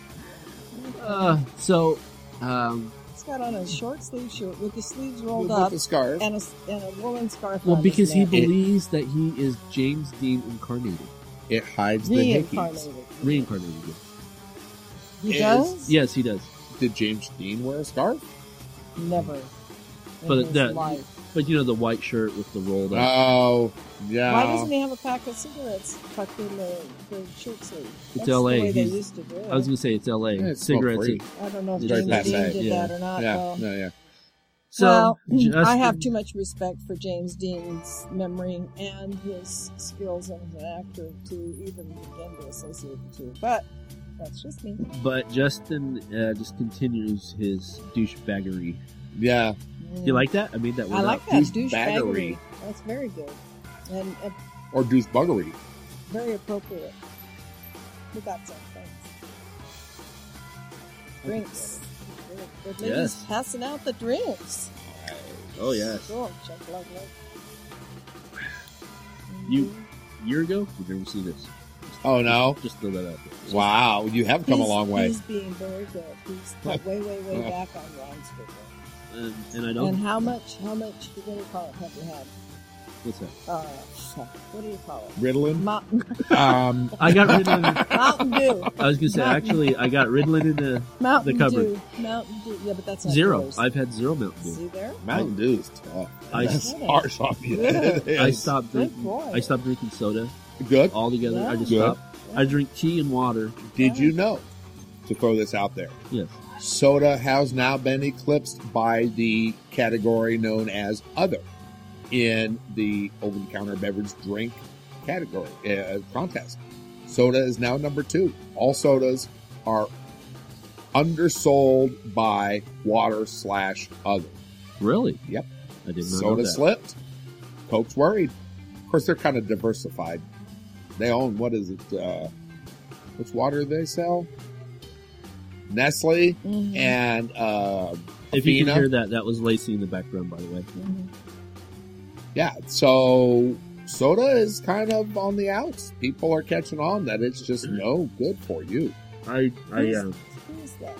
S4: Uh, so, um,
S5: He's got on a short sleeve shirt with the sleeves rolled
S6: With
S5: up
S6: the scarf.
S5: and a s- and a woolen scarf.
S4: well,
S5: on his
S4: because he
S5: neck.
S4: believes that he is James Dean incarnated,
S6: It hides the hickeys.
S5: reincarnated.
S4: reincarnated. yes.
S5: He
S6: Is-
S5: does?
S4: Yes, he does.
S6: Did James Dean wear a scarf?
S5: Never. in
S4: But
S5: his
S4: that-
S5: life.
S4: But you know the white shirt with the rolled up.
S6: Oh,
S5: Why
S6: yeah.
S5: doesn't he have a pack of cigarettes tucked in the, the shirt sleeve?
S4: It's
S5: That's
S4: LA.
S5: The way they
S4: He's-
S5: used to do it.
S4: I was gonna say Uh, it's L.A.
S6: Yeah, it's
S4: cigarettes.
S6: smoke-free.
S5: I don't know if
S4: It's
S5: James
S6: right
S5: Dean
S6: past
S5: did
S4: that,
S5: that or not.
S6: Yeah,
S5: though.
S6: no, yeah.
S4: So
S5: well, I
S4: Justin-
S5: have too much respect for James Dean's memory and his skills as an actor to even begin to associate the two. But that's just me.
S4: But Justin uh, just continues his douchebaggery.
S6: Yeah.
S4: You like that? I made that word
S5: Mm. I like
S4: up.
S5: that
S6: douchebaggery.
S5: douchebaggery. That's very good and uh,
S6: Or Deuce Buggery.
S5: very appropriate. We got some thanks. Drinks. The lady's
S4: Yes.
S5: passing out the drinks.
S4: Oh yes.
S5: Sure, check, lug, lug. Mm-hmm.
S4: You a year ago, you've never seen this.
S6: Oh, no.
S4: Just throw that out there.
S6: Wow. You have come a
S5: He's-
S6: long way.
S4: Uh-huh.
S5: He's being very good. He's like way, way, way back on Ryan's
S4: and, and I don't.
S5: And how much? How much? What do you call it? Have you had?
S4: What's that?
S5: Uh, fuck, what do you call it?
S6: Ritalin.
S5: Mountain,
S6: Um,
S4: I got Ritalin.
S5: Mountain Dew.
S4: I was gonna say actually, I got Ritalin in the
S5: Mountain
S4: cupboard.
S5: Dew. Mountain Dew. Yeah, but that's not
S4: zero.
S5: yours.
S4: I've had zero Mountain Dew.
S5: See there?
S6: Mountain Dew is tough.
S4: I-
S6: That's harsh on you. It
S4: I
S6: is.
S4: stopped
S5: Good
S4: drinking.
S5: boy.
S4: I stopped drinking soda
S6: Good.
S4: altogether. I just
S6: Good.
S4: stopped. I drink tea and water.
S6: Did you know? To throw this out there,
S4: Yes.
S6: soda has now been eclipsed by the category known as other in the over-the-counter beverage drink category uh, contest. Soda is now number two. All sodas are undersold by water slash other.
S4: Really?
S6: Yep.
S4: I did not know
S6: Soda
S4: that.
S6: slipped. Coke's worried. Of course, they're kind of diversified. They own what is it? Uh, which water do they sell? Nestle
S5: Mhm.
S6: and uh,
S4: If you
S6: Afina.
S4: can hear that, that was Lacey in the background, by the way.
S5: Mhm.
S6: yeah. So soda is kind of on the outs. People are catching on that it's just
S4: Mm-hmm.
S6: no good for you.
S4: I, I,
S5: Who's-
S4: uh,
S5: Who's that?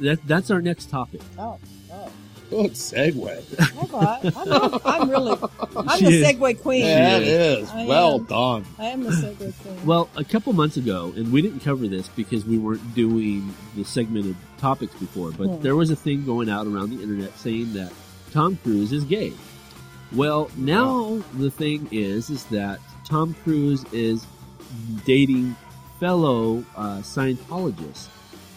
S4: that, that's our next topic.
S5: Oh, oh.
S6: Good segue.
S5: Hold on. I'm, real- I'm really. I'm
S4: She
S5: the
S4: is.
S5: Segway Queen.
S6: That is
S5: I
S6: well
S5: am.
S6: done.
S5: I am the Segway Queen.
S4: Well, a couple months ago, and we didn't cover this because we weren't doing the segmented topics before, but
S5: Hmm.
S4: there was a thing going out around the internet saying that Tom Cruise is gay. Well, now the thing is, is that Tom Cruise is dating fellow uh, Scientologist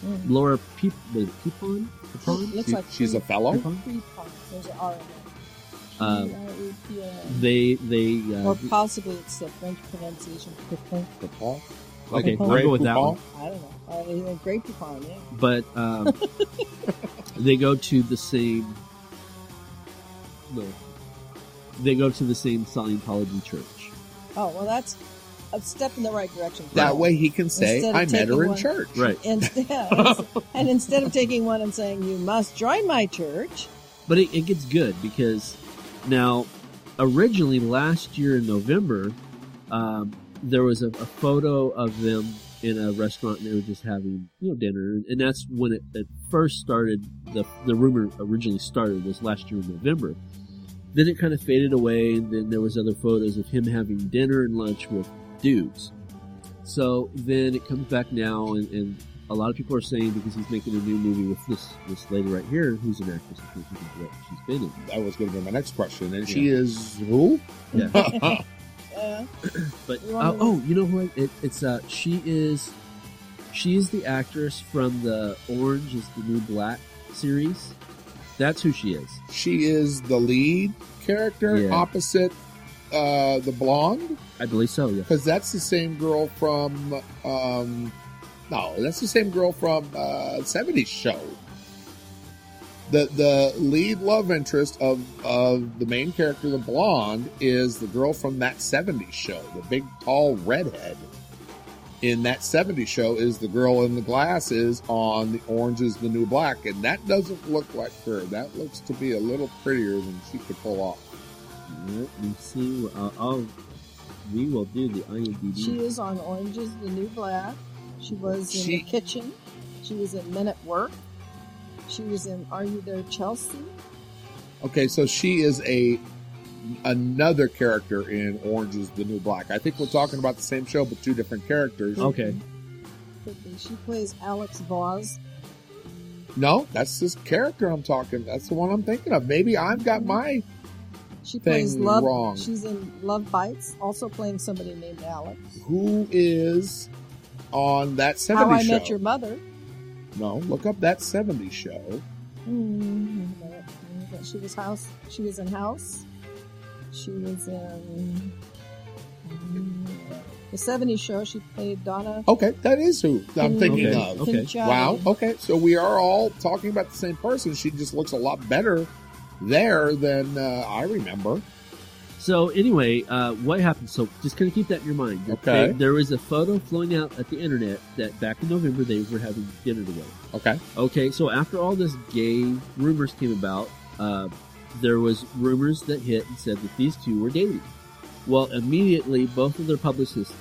S5: Mhm.
S4: Laura Peep- was it Peepon. Peepon?
S5: Looks
S6: She-
S5: like
S6: she's a fellow.
S4: Peepon?
S5: Free punk. There's an R in it. E
S4: Uh,
S5: P-R-E-P-O-N.
S4: They they uh,
S6: Mm-hmm.
S5: Or possibly it's the French pronunciation. Coupon.
S4: okay. I'll
S5: Grey
S4: go with that one.
S5: I don't know. I don't know. Great coupon, yeah.
S4: but um, they go to the same. No, they go to the same Scientology church.
S5: Oh well, that's a step in the right direction.
S6: That way he can say,
S5: Instead of
S6: "I met
S5: taking
S6: her in
S5: one-
S6: church."
S4: Right,
S5: Instead, and instead of taking one and saying you must join my church,
S4: but it, it gets good because now, originally last year in November, um, there was a, a photo of them in a restaurant and they were just having you know dinner, and that's when it, it first started. the The rumor originally started was last year in November. Then it kind of faded away, and then there was other photos of him having dinner and lunch with dudes. So then it comes back now, and, and a lot of people are saying because he's making a new movie with this this lady right here, who's an actress, I think she's what she's been in.
S6: That was going to be my next question, and she is who?
S4: Yeah.
S5: uh,
S6: Mm-hmm.
S4: But
S5: You
S4: uh,
S5: wanna-
S4: oh, you know what? It, it's uh, she is, she is the actress from the Orange is the New Black series. That's who she is.
S6: She is the lead character
S4: Yeah.
S6: opposite uh, the blonde
S4: I believe so. Yeah.
S6: because that's the same girl from um, no, that's the same girl from uh, '70s show. The the lead love interest of of the main character, the blonde, is the girl from that '70s show. The big tall redhead in that '70s show is the girl in the glasses on the Orange Is the New Black, and that doesn't look like her. That looks to be a little prettier than she could pull off.
S4: Let me see. Uh, oh, we will do the IMDb.
S5: she is on Orange Is the New Black. She was in
S6: She-
S5: the kitchen. She was in Men at Work. She was in Are You There, Chelsea?
S6: Okay, so she is a another character in Orange is the New Black. I think we're talking about the same show but two different characters.
S4: Okay.
S5: She plays Alex Voss.
S6: No, that's this character I'm talking. That's the one I'm thinking of. Maybe I've got my
S5: She plays
S6: Thing
S5: Love.
S6: wrong.
S5: She's in Love Bites, also playing somebody named Alex.
S6: who is on that 70s
S5: How I
S6: show.
S5: Met Your Mother.
S6: no, look up that 70s show.
S5: Mm, She was house. She was in house. She was in mm, the '70s show. She played Donna.
S6: Okay, that is who
S5: Kin-
S6: I'm thinking
S4: Okay,
S6: of.
S4: okay.
S5: Kinchada.
S6: Wow. Okay, so we are all talking about the same person. She just looks a lot better there than uh, I remember.
S4: So anyway, uh, what happened? So just kind of keep that in your mind.
S6: Okay.
S4: There was a photo flowing out at the internet that back in November they were having dinner together.
S6: Okay.
S4: Okay, so after all this gay rumors came about, uh, there was rumors that hit and said that these two were dating. Well, immediately both of their publicists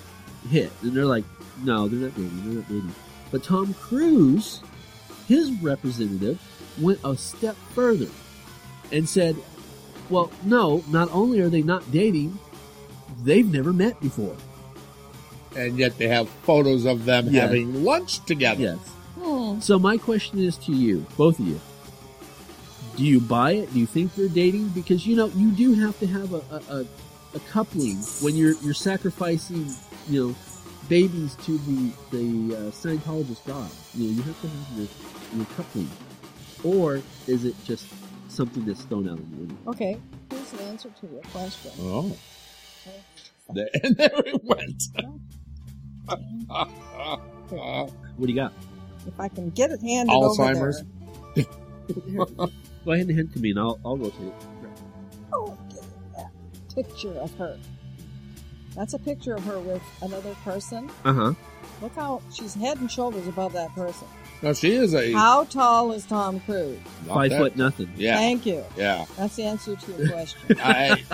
S4: hit, and they're like, "No, they're not dating. They're not dating." But Tom Cruise, his representative, went a step further and said, well, no, not only are they not dating, they've never met before.
S6: and yet they have photos of them
S4: Yeah.
S6: having lunch together.
S4: Yes.
S6: Oh.
S5: Hmm.
S4: So my question is to you, both of you. Do you buy it? Do you think they're dating? Because you know you do have to have a a, a, a coupling when you're you're sacrificing you know babies to the the uh, Scientologist God. You know you have to have your your coupling, or is it just something that's thrown out of the window?
S5: Okay, here's the answer to your question.
S6: Oh. There- And there it went.
S4: What do you got?
S5: If I can get it handed
S6: Alzheimer's?
S5: over
S4: Go ahead and hand it to me, and I'll I'll rotate. it.
S5: there. Oh, get that picture of her. That's a picture of her with another person.
S4: Uh
S6: Uh-huh.
S4: huh.
S5: Look how she's head and shoulders above that person.
S6: no, she is a
S5: How tall is Tom Cruise?
S6: not
S4: Five
S6: that-
S4: foot nothing.
S6: Yeah,
S5: Thank you.
S6: yeah.
S5: That's the answer to your question.
S6: I,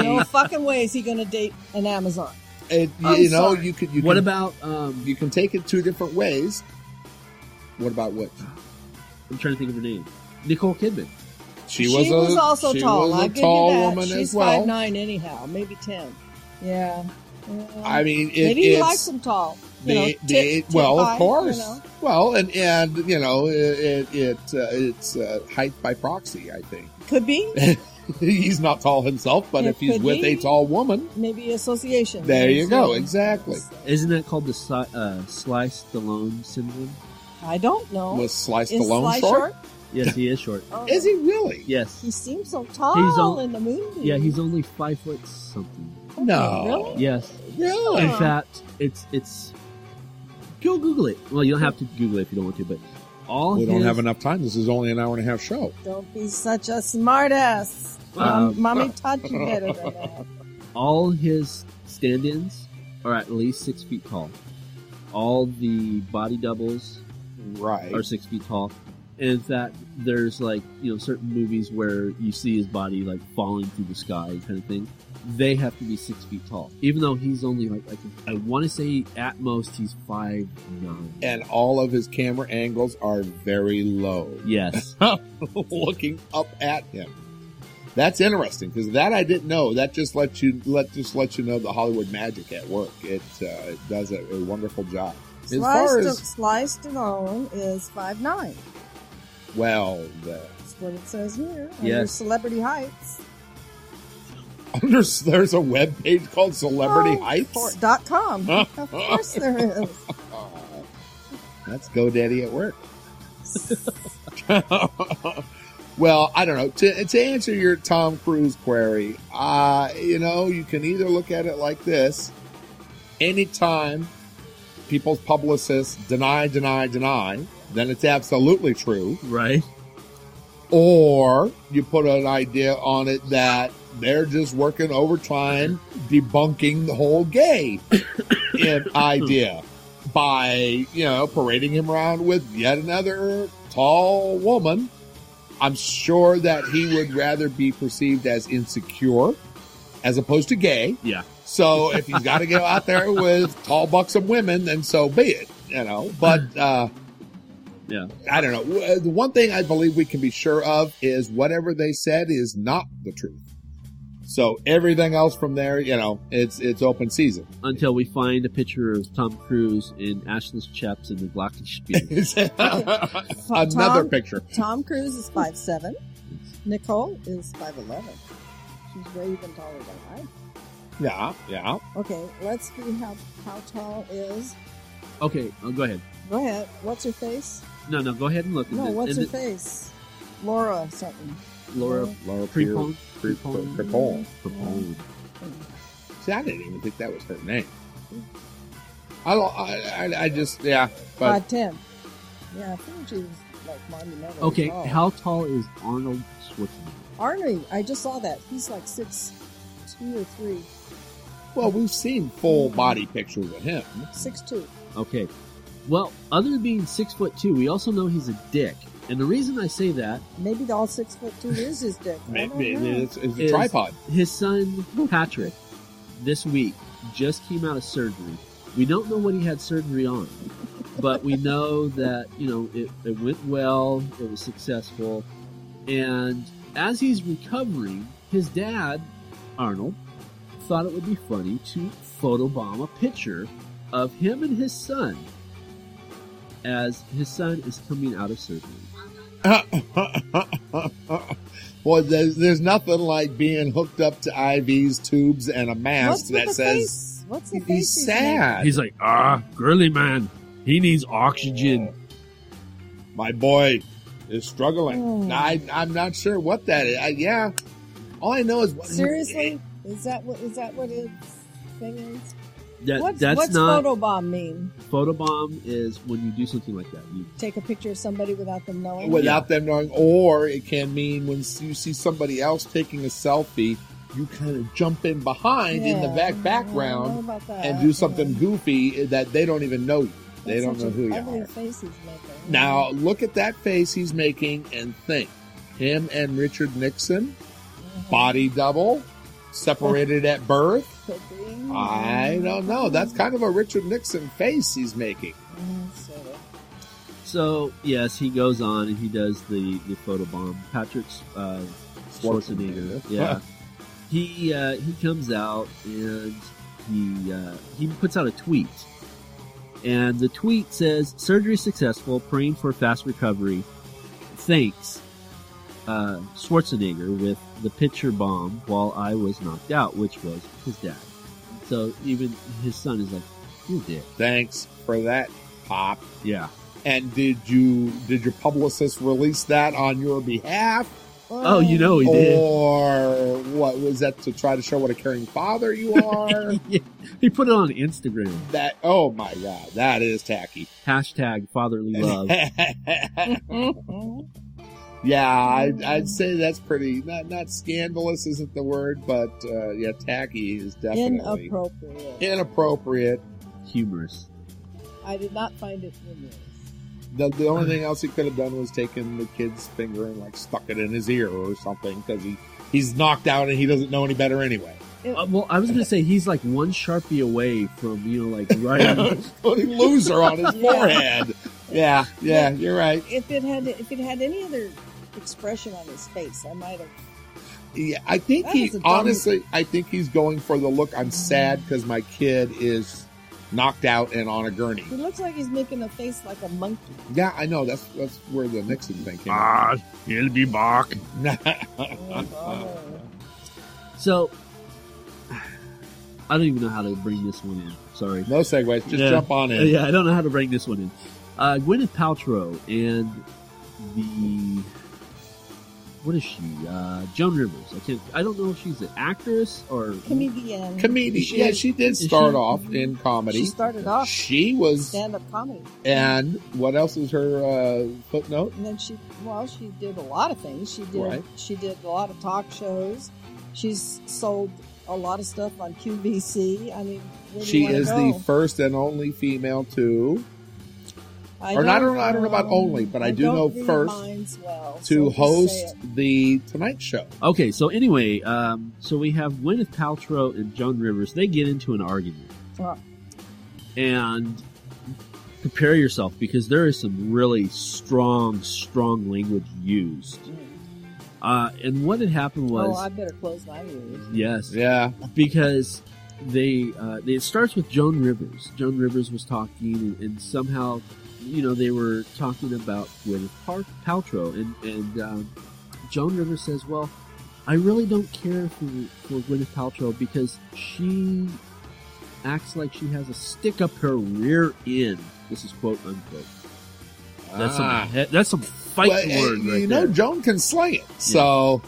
S5: no
S6: I,
S5: fucking way is he going to date an Amazon.
S6: it,
S5: I'm
S6: you know,
S5: sorry.
S6: you could. You
S4: What
S6: can,
S4: about um?
S6: You can take it two different ways. What about which?
S4: I'm trying to think of her name. Nicole Kidman.
S6: She was, a,
S5: also
S6: she
S5: tall.
S6: Was
S5: I'll
S6: a
S5: give
S6: tall
S5: you that.
S6: woman
S5: She's
S6: as well.
S5: five nine anyhow, maybe ten. Yeah. Yeah.
S6: I mean, it,
S5: maybe he
S6: it's,
S5: likes them tall. You know,
S6: They,
S5: tit-
S6: they,
S5: tit
S6: well,
S5: high,
S6: of course.
S5: You know?
S6: Well, and and you know, it it, it uh, it's uh, height by proxy. I think
S5: Could be.
S6: he's not tall himself, but
S5: It
S6: if he's
S5: could
S6: with
S5: be.
S6: a tall woman,
S5: Maybe association.
S6: There you
S5: Maybe
S6: go,
S5: so.
S6: exactly.
S4: Isn't that called the si- uh, Sly Stallone syndrome?
S5: I don't know.
S6: was sliced
S5: is
S6: alone
S5: Sly
S6: short?
S5: short?
S4: Yes, he is short.
S5: Oh,
S6: Is he really?
S4: Yes.
S5: He seems so tall
S4: He's all-
S5: in the movie.
S4: Yeah, he's only five foot something.
S6: No.
S5: Really?
S4: Yes.
S6: Really?
S4: In
S5: Huh.
S4: fact, it's it's. Go Google it. Well, you don't have to Google it if you don't want to, but
S5: Oh,
S4: all
S6: We don't
S4: his-
S6: have enough time. This is only an hour and a half show.
S5: Don't be such a smartass. Mom-
S4: Um,
S5: Mommy taught you better than that.
S4: all his stand-ins are at least six feet tall. All the body doubles
S6: Right.
S4: are six feet tall. And in fact, there's like, you know, certain movies where you see his body like falling through the sky kind of thing. They have to be six feet tall. Even though he's only like, like I want to say at most he's five nine.
S6: And all of his camera angles are very low,
S4: yes.
S6: looking up at him. That's interesting because that I didn't know. That just lets you let just lets you know the Hollywood magic at work. It uh, it does a, a wonderful job. As
S5: Sly,
S6: far
S5: Sta-
S6: as
S5: Sly Stallone is five nine.
S6: well, the,
S5: That's what it says here. under
S4: Yes.
S5: Celebrity Heights.
S6: there's there's a web page called Celebrity
S5: Oh,
S6: Heights.
S5: for- dot com. of course there is.
S6: Aw, That's GoDaddy at work. well, I don't know. To, to answer your Tom Cruise query, uh, you know, you can either look at it like this. Anytime people's publicists deny, deny, deny, then it's absolutely true.
S4: Right?
S6: Or you put an idea on it that they're just working overtime debunking the whole gay in- idea by, you know, parading him around with yet another tall woman. I'm sure that he would rather be perceived as insecure as opposed to gay.
S4: Yeah.
S6: So if he's got to go out there with tall, buxom women, then so be it, you know. But, uh,
S4: Yeah.
S6: I don't know. W- uh, The one thing I believe we can be sure of is whatever they said is not the truth. So everything else from there, you know, it's it's open season.
S4: Until we find a picture of Tom Cruise in ashless chaps and the Glockenspiel.
S6: Another
S5: Tom-
S6: picture.
S5: Tom Cruise is five seven. Nicole is five eleven. She's way even taller than I.
S6: Yeah, yeah.
S5: Okay, let's see how how tall is.
S4: okay, oh, go ahead.
S5: Go ahead. What's her face?
S4: No, no, go ahead and look.
S5: No,
S4: And
S5: what's her
S4: and
S5: face? Laura something.
S4: Laura
S6: Laura
S4: Prepon.
S6: Pier-
S4: Prepon.
S6: Prepon.
S4: Prepon.
S6: See, I didn't even think that was her name. I, don't- I, I, I just, yeah. But
S5: Five ten. Yeah, I think she's like monumental.
S4: Okay,
S5: tall.
S4: how tall is Arnold Schwarzenegger?
S5: Arnie? I just saw that. He's like six, two or three,
S6: well, we've seen full body pictures of him.
S5: six two.
S4: Okay. Well, other than being six foot two, we also know he's a dick. And the reason I say that,
S5: Maybe all six foot two is his dick. I don't
S6: Maybe
S5: know.
S6: it's, it's a
S4: Is-
S6: tripod.
S4: his son Patrick, this week, just came out of surgery. We don't know what he had surgery on, but we know that you know it, it went well. It was successful, and as he's recovering, his dad, Arnold, thought it would be funny to photobomb a picture of him and his son as his son is coming out of surgery.
S6: well, there's, there's nothing like being hooked up to IVs, tubes, and a mask
S5: What's with
S6: that
S5: the
S6: says
S5: face? What's the
S6: he's
S5: face?
S6: sad.
S4: He's like, ah, girly man, he needs oxygen.
S6: My boy is struggling.
S5: Oh.
S6: I, I'm not sure what that is. I, yeah. All I know is what,
S5: Seriously, is that what is that what his thing is?
S4: That,
S5: what's
S4: that's
S5: what's
S4: not
S5: photobomb mean?
S4: photobomb is when you do something like that. You,
S5: Take a picture of somebody without them knowing.
S6: without them knowing, or it can mean when you see somebody else taking a selfie, you kind of jump in behind in the
S5: Yeah,
S6: back
S5: I don't
S6: background
S5: know about that.
S6: and do something goofy that they don't even know you. They
S5: That's
S6: don't
S5: such
S6: know
S5: an
S6: who you
S5: ugly
S6: are.
S5: Face he's making.
S6: Now look at that face he's making and think. Him and Richard Nixon, body double, separated at birth.
S5: Could be.
S6: I don't know. That's kind of a Richard Nixon face he's making.
S5: Mm, sort of.
S4: so yes, he goes on and he does the the photobomb. Patrick's uh, Schwarzenegger.
S6: Schwarzenegger.
S4: Yeah. he uh, he comes out and he uh, he puts out a tweet, and the tweet says surgery successful, praying for fast recovery. Thanks, uh, Schwarzenegger with the picture bomb while I was knocked out, which was his dad. So even his son is like, "You did,
S6: Thanks for that, Pop.
S4: yeah."
S6: And did you did your publicist release that on your behalf?
S4: Oh, you know he did.
S6: Or what was that to try to show what a caring father you are?
S4: He put it on Instagram.
S6: that oh my god, that is tacky.
S4: Hashtag fatherly love. Uh,
S5: Mhm.
S6: Yeah,
S5: Mm-hmm.
S6: I'd, I'd say that's pretty not not scandalous isn't the word, but uh, yeah, tacky is definitely
S5: Inappropriate.
S6: inappropriate.
S4: Humorous.
S5: I did not find it humorous.
S6: The, the only thing else he could have done was taken the kid's finger and like stuck it in his ear or something because he he's knocked out and he doesn't know any better anyway.
S4: Uh, well, I was gonna say he's like one sharpie away from you know, like right.
S6: Putting loser on his
S5: Yeah.
S6: forehead. Yeah, yeah, you're right.
S5: If it had, if it had any other expression on his face, I might have.
S6: Yeah, I think
S5: That
S6: he
S5: is a dumb-
S6: honestly, I think he's going for the look. I'm sad because my kid is knocked out and on a gurney.
S5: He looks like he's making a face like a monkey.
S6: Yeah, I know. That's that's where the Nixon thing came.
S7: Ah, he'll be back.
S5: Oh,
S6: out.
S4: so I don't even know how to bring this one in. Sorry.
S6: no segues. Just
S4: Yeah.
S6: jump on
S4: Uh,
S6: in.
S4: Yeah, I don't know how to bring this one in. Uh, Gwyneth Paltrow and the what is she? Uh, Joan Rivers. I can't. I don't know if she's an actress or
S5: Comedian.
S6: Comedian.
S4: She-
S6: yeah, she did
S4: she-
S6: start off in
S5: She
S6: comedy.
S5: started off
S6: She was,
S5: stand-up comedy,
S6: and what else was her uh, footnote?
S5: and then she, well, she did a lot of things. She did,
S6: Right.
S5: she did a lot of talk shows. She's sold a lot of stuff on QVC. I mean, where do
S6: She
S5: you wanna
S6: is
S5: go?
S6: the first and only female to
S5: I um,
S6: or not- I don't know- I don't know about only, but I do
S5: don't
S6: know
S5: read
S6: first
S5: minds well, so
S6: to
S5: just say
S6: host
S5: it.
S6: the Tonight Show.
S4: Okay, so anyway, um, so we have Gwyneth Paltrow and Joan Rivers. They get into an argument,
S5: Wow.
S4: and prepare yourself because there is some really strong, strong language used. Uh, and what had happened was,
S5: mm. Oh, I better close my ears.
S4: yes,
S6: Yeah,
S4: because they uh, it starts with Joan Rivers. Joan Rivers was talking, and, and somehow, you know, they were talking about Gwyneth Par- Paltrow, and and um, Joan Rivers says, "Well, I really don't care for for Gwyneth Paltrow because she acts like she has a stick up her rear end." This is quote unquote. That's
S6: Ah.
S4: some he- that's some fight
S6: Well, eh,
S4: word right
S6: you know,
S4: there.
S6: Joan can slay it. So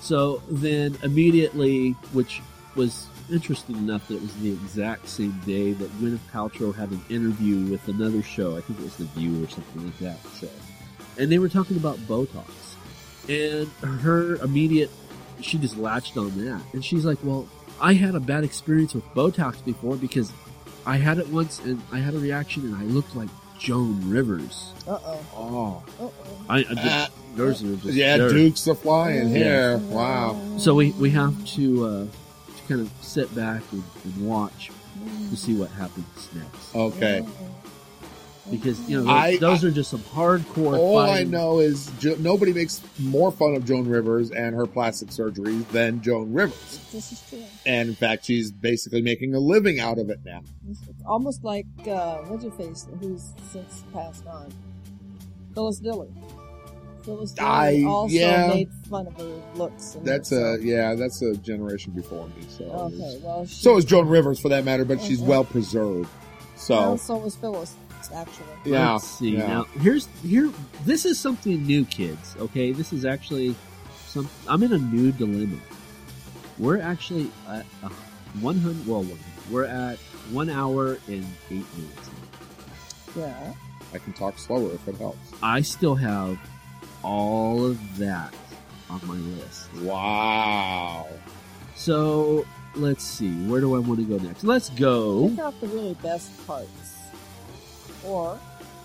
S4: So then immediately, which was interesting enough that it was the exact same day that Gwyneth Paltrow had an interview with another show. I think it was The View or something like that show. And they were talking about Botox. And her immediate, she just latched on that. And she's like, well, I had a bad experience with Botox before because I had it once and I had a reaction and I looked like Joan Rivers.
S5: Uh oh.
S6: oh
S5: Uh
S4: I, I just,
S6: Ah.
S4: yours are just
S6: yeah,
S4: there.
S6: Duke's a flying
S5: Yeah.
S6: here.
S5: oh.
S6: Wow.
S4: So we, we have to, uh, to kind of sit back and, and watch to see what happens next.
S6: Okay.
S4: because you know
S6: Oh. I-
S4: those are just some hardcore.
S6: All I
S4: fighting.
S6: know is jo- nobody makes more fun of Joan Rivers and her plastic surgeries than Joan Rivers.
S5: This is true.
S6: And in fact, she's basically making a living out of it now.
S5: It's it's almost like uh, what's your face, who's since passed on, Phyllis Diller. Phyllis Diller
S6: I-
S5: also
S6: yeah.
S5: made fun of her looks. And
S6: That's a yeah, that's a generation before me. So it
S5: okay.
S6: was-
S5: Well, she,
S6: so is Joan Rivers for that matter, but she's
S5: Mhm.
S6: well preserved.
S5: well,
S6: So
S5: so was Phyllis actually.
S6: yeah,
S4: Let's see.
S6: yeah.
S4: Now here's here this is something new, kids. Okay, this is actually some. I'm in a new dilemma. We're actually at uh, 100. Well, 100, we're at one hour and eight minutes.
S5: Yeah.
S6: I can talk slower if it helps.
S4: I still have all of that on my list.
S6: Wow.
S4: So let's see. Where do I want to go next? Let's go.
S5: Pick out the really best parts, or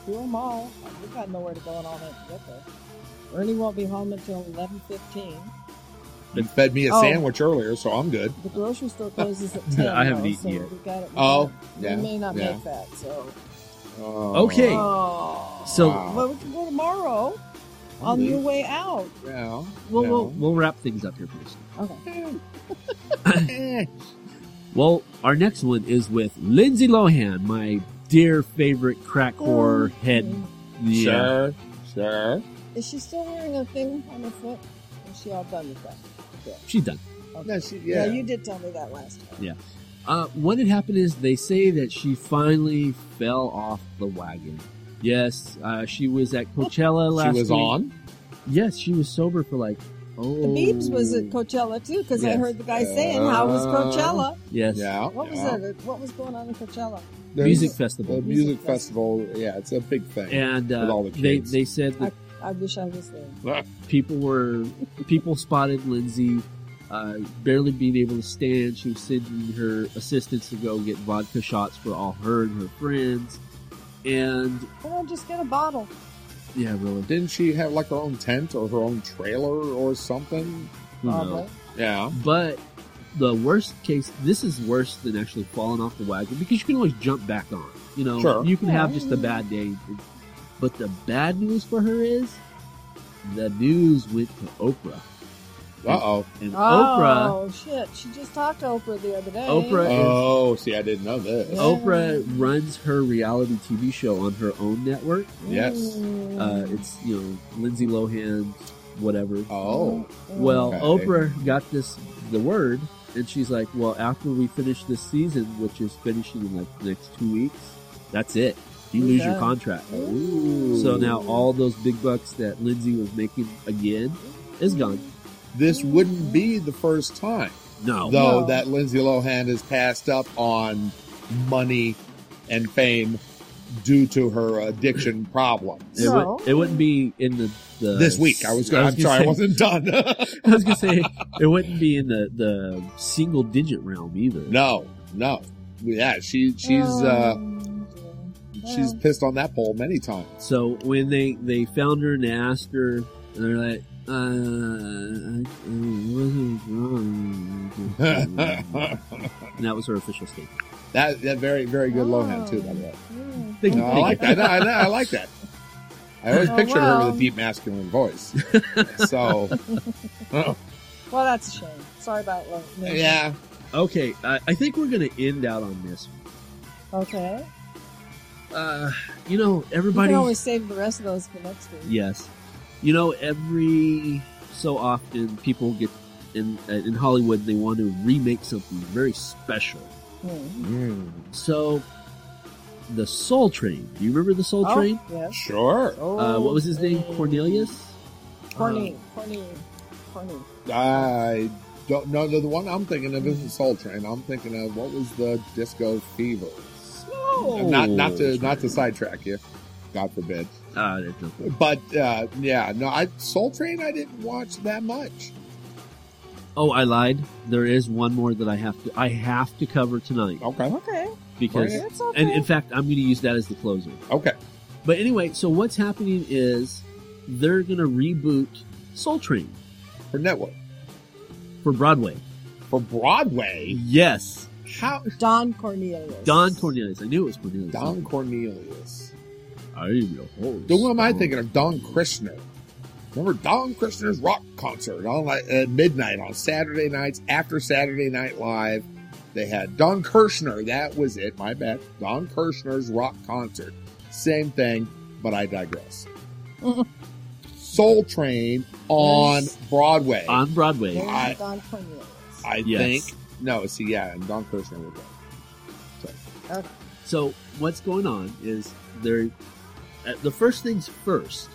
S5: do them all. We got nowhere to go and all that to get there. Ernie won't be home until eleven fifteen.
S6: You
S4: Mm.
S6: fed me a
S5: Oh.
S6: sandwich earlier, so I'm good.
S5: The grocery store closes at ten.
S4: I haven't
S5: though,
S4: eaten
S5: so
S4: yet.
S5: We got it.
S6: Oh,
S5: we
S6: yeah,
S5: may not
S6: yeah.
S5: make that. So
S6: Oh.
S4: Mm. Okay. Hey.
S5: Oh.
S4: So
S6: Wow.
S5: Well, we can go tomorrow on your way out.
S6: Yeah.
S4: we'll,
S6: yeah.
S4: we'll we'll wrap things up here, please.
S5: Okay.
S6: Eh.
S4: Well, our next one is with Lindsay Lohan, my dear favorite crack whore head. Yeah.
S6: Sure. Sure.
S5: Is she still wearing a thing on her foot? Is she all done with that?
S4: She's done.
S6: No, she,
S5: Yeah,
S6: yeah.
S5: you did tell me that last time.
S4: Uh, what had happened is they say that she finally fell off the wagon. Yes, uh, she was at Coachella last
S6: she was
S4: week.
S6: on.
S4: Yes, she was sober for like, oh.
S5: The Beebs was at Coachella too, because I
S4: Yes.
S5: heard the guy saying, "How was Coachella?
S4: Yes.
S6: Yeah.
S5: What was
S6: Uh, yeah.
S5: it? What was going on in Coachella?"
S6: There's
S4: Music
S6: The
S4: festival.
S6: music festival. Yeah, it's a big thing.
S4: And
S6: With
S4: uh,
S6: all the
S4: they,
S6: kids.
S4: they said that
S5: I wish I was there.
S4: people were people spotted Lindsay uh, barely being able to stand. She was sending her assistants to go get vodka shots for all her and her friends. And
S5: Come on, just get a bottle.
S4: yeah, really,
S6: Didn't she have like her own tent or her own trailer or something?
S4: who knows?
S5: Probably.
S6: Yeah.
S4: But the worst case, this is worse than actually falling off the wagon because you can always jump back on. You know,
S6: Sure.
S4: you can have
S5: Yeah.
S4: just a bad day. But the bad news for her is the news went to Oprah.
S6: Uh oh.
S4: And Oprah
S5: Oh shit! She just talked to Oprah the other day.
S4: Oprah-
S6: Oh, see, I didn't know this.
S5: Yeah.
S4: Oprah runs her reality TV show on her own network.
S6: Yes.
S5: Mm.
S4: Uh, it's, you know, Lindsay Lohan, whatever.
S6: Oh.
S5: Mm.
S4: Well,
S6: Okay.
S4: Oprah got this, the word, and she's like, well, after we finish this season, which is finishing in like the next two weeks, that's it. You
S5: We're
S4: lose your
S5: done.
S4: contract.
S5: Ooh.
S4: So now all those big bucks that Lindsay was making again is gone.
S6: This wouldn't be the first time,
S4: Oh, No.
S6: though,
S5: No.
S6: that Lindsay Lohan has passed up on money and fame due to her addiction problems.
S4: It,
S5: No.
S4: would, it wouldn't be in the, the
S6: This week, I was going. I'm sorry, I
S4: say-
S6: wasn't done.
S4: I was gonna say it wouldn't be in the, the single digit realm either.
S6: no, no. Yeah, she she's
S5: Oh,
S6: uh,
S5: Um, yeah.
S6: she's pissed on that pole many times.
S4: So when they they found her and asked her, and they're like, uh, I, I wasn't wrong. and that was her official statement.
S6: That that very very good Lohan too, by the way.
S5: Mm.
S4: Thank you,
S6: No, I like
S4: thank
S6: that. I, I- I like that. I always
S5: Oh,
S6: pictured her
S5: well.
S6: with a deep masculine voice. So
S5: Well, that's a shame. Sorry about Lo- Lindsay.
S6: yeah,
S4: you. Okay, I, I think we're gonna end out on this.
S5: Okay.
S4: Uh, you know,
S5: You
S4: everybody.
S5: can always save the rest of those for next week.
S4: Yes. You know, every so often people get in uh, in Hollywood they want to remake something very special.
S5: Mm.
S4: So the Soul Train. Do you remember the Soul
S5: Oh,
S4: Train?
S5: yes.
S6: sure.
S4: Uh, what was his name?
S5: Mm.
S4: Cornelius. Um,
S5: Corny. Corny. Corny.
S6: I don't know. The one I'm thinking of isn't Soul Train. I'm thinking of what was the Disco Fever?
S4: Oh.
S6: Not not to not to sidetrack you. God forbid.
S4: Ah, there's no point.
S6: But uh, yeah, no. I Soul Train. I didn't watch that much.
S4: Oh, I lied. There is one more that I have to I have to cover tonight
S6: Okay.
S5: Okay.
S4: because
S6: Yeah.
S5: That's okay.
S4: and in fact I'm going to use that as the closer.
S6: Okay.
S4: But anyway, so what's happening is they're going to reboot Soul Train
S6: For network.
S4: for Broadway.
S6: For Broadway.
S4: Yes,
S6: How
S5: Don Cornelius.
S4: Don Cornelius. I knew it was Cornelius.
S6: Don Cornelius.
S4: I am your host.
S6: The one am I thinking of? Don Krishner. Remember Don Krishner's rock concert on like at midnight on Saturday nights after Saturday Night Live. They had Don Kirshner. That was it. My bad. Don Kirshner's rock concert. Same thing, but I digress. Soul Train on
S5: Yes.
S6: Broadway.
S4: On Broadway.
S5: And
S6: I-
S5: Don Cornelius.
S6: I
S4: Yes.
S6: think. No, see, yeah, and Don Kirshner was there.
S4: So what's going on is they're uh, the first things first.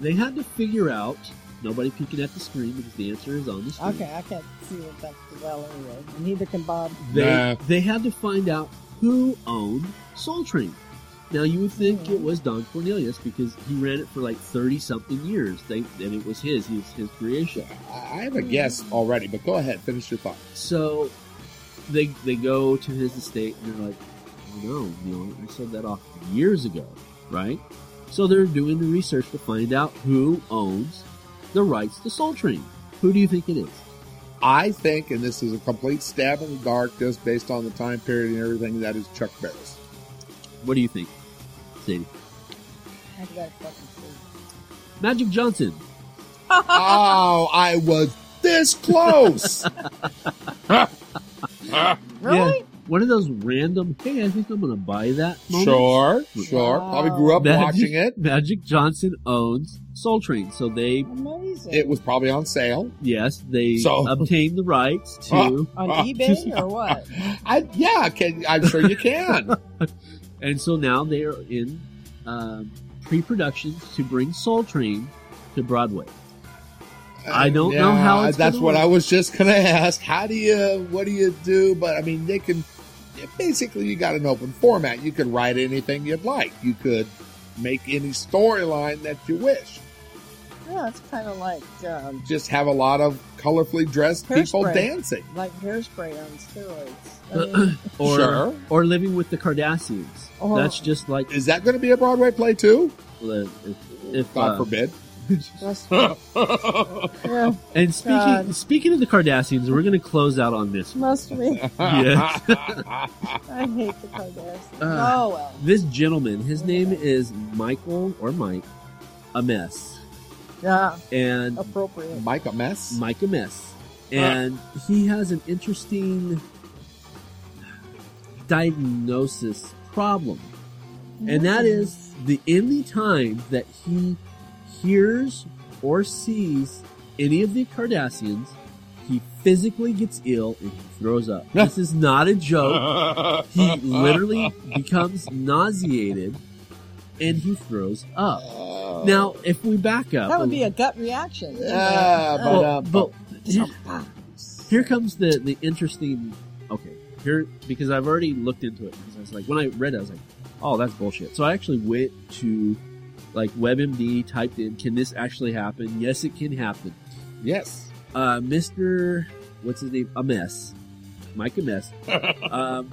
S4: They had to figure out nobody peeking at the screen because the answer is on the screen.
S5: Okay, I can't see what that's well anyway. And Neither can Bob.
S4: They
S6: Nah.
S4: they had to find out who owned Soul Train. Now you would think it was Don Cornelius because he ran it for like thirty something years. They and it was his. He was his creation.
S6: I I have a guess already, but go ahead, finish your thought.
S4: So they they go to his estate and they're like, oh no, you know, I sold that off years ago, right? So they're doing the research to find out who owns the rights to Soul Train. Who do you think it is?
S6: I think, and this is a complete stab in the dark, just based on the time period and everything, that is Chuck Barris.
S4: What do you think, Sadie?
S5: I got a fucking clue.
S4: Magic Johnson.
S6: oh, I was this close.
S5: Really?
S4: Yeah, one of those random. Hey, I think I'm going to buy that. moments.
S6: sure, sure.
S5: Wow.
S6: Probably grew up
S4: Magic,
S6: watching it.
S4: Magic Johnson owns Soul Train, so they
S5: Amazing.
S6: It was probably on sale.
S4: yes they
S6: So-
S4: obtained the rights to.
S6: Ah.
S5: on
S6: Ah.
S5: eBay or what?
S6: I yeah, can, I'm sure you can.
S4: And so now they are in um, pre-productions to bring Soul Train to Broadway. I don't know how it's
S6: that's
S4: gonna
S6: what
S4: work.
S6: I was just gonna ask. How do you? What do you do? But I mean, they can. Basically, you got an open format. You could write anything you'd like. You could make any storyline that you wish.
S5: yeah, it's kind of like um,
S6: Just have a lot of colorfully dressed people
S5: Hairspray.
S6: dancing.
S5: like hairspray on steroids. I mean,
S4: Or,
S6: Sure.
S4: or living with the Cardassians.
S5: Oh.
S4: That's just like
S6: Is that going to be a Broadway play too?
S4: if, if
S6: God
S4: uh,
S6: forbid.
S5: that's- yeah,
S4: and speaking
S5: God.
S4: speaking of the Cardassians, we're going to close out on this. one.
S5: must we?
S4: Yes.
S5: I hate the Kardashians.
S6: Uh.
S4: Ah.
S5: oh well.
S4: This gentleman, his name is Michael or Mike, a mess,
S5: Yeah,
S4: and
S5: appropriate.
S6: Mike a mess.
S4: Mike a mess, and he has an interesting diagnosis problem. and that is the any time that he hears or sees any of the Cardassians, he physically gets ill and he throws up. This is not a joke. He literally becomes nauseated and he throws up.
S6: Oh.
S4: Now, if we back up,
S5: That would be a gut reaction.
S6: Ah,
S5: Uh,
S6: but,
S4: well,
S6: uh,
S4: but here, here comes the the interesting. Okay, here because I've already looked into it because I was like when I read it I was like, oh that's bullshit. So I actually went to like WebMD, typed in, can this actually happen? Yes, it can happen.
S6: yes.
S4: Uh, Mister, what's his name? A mess, Mike a mess. um,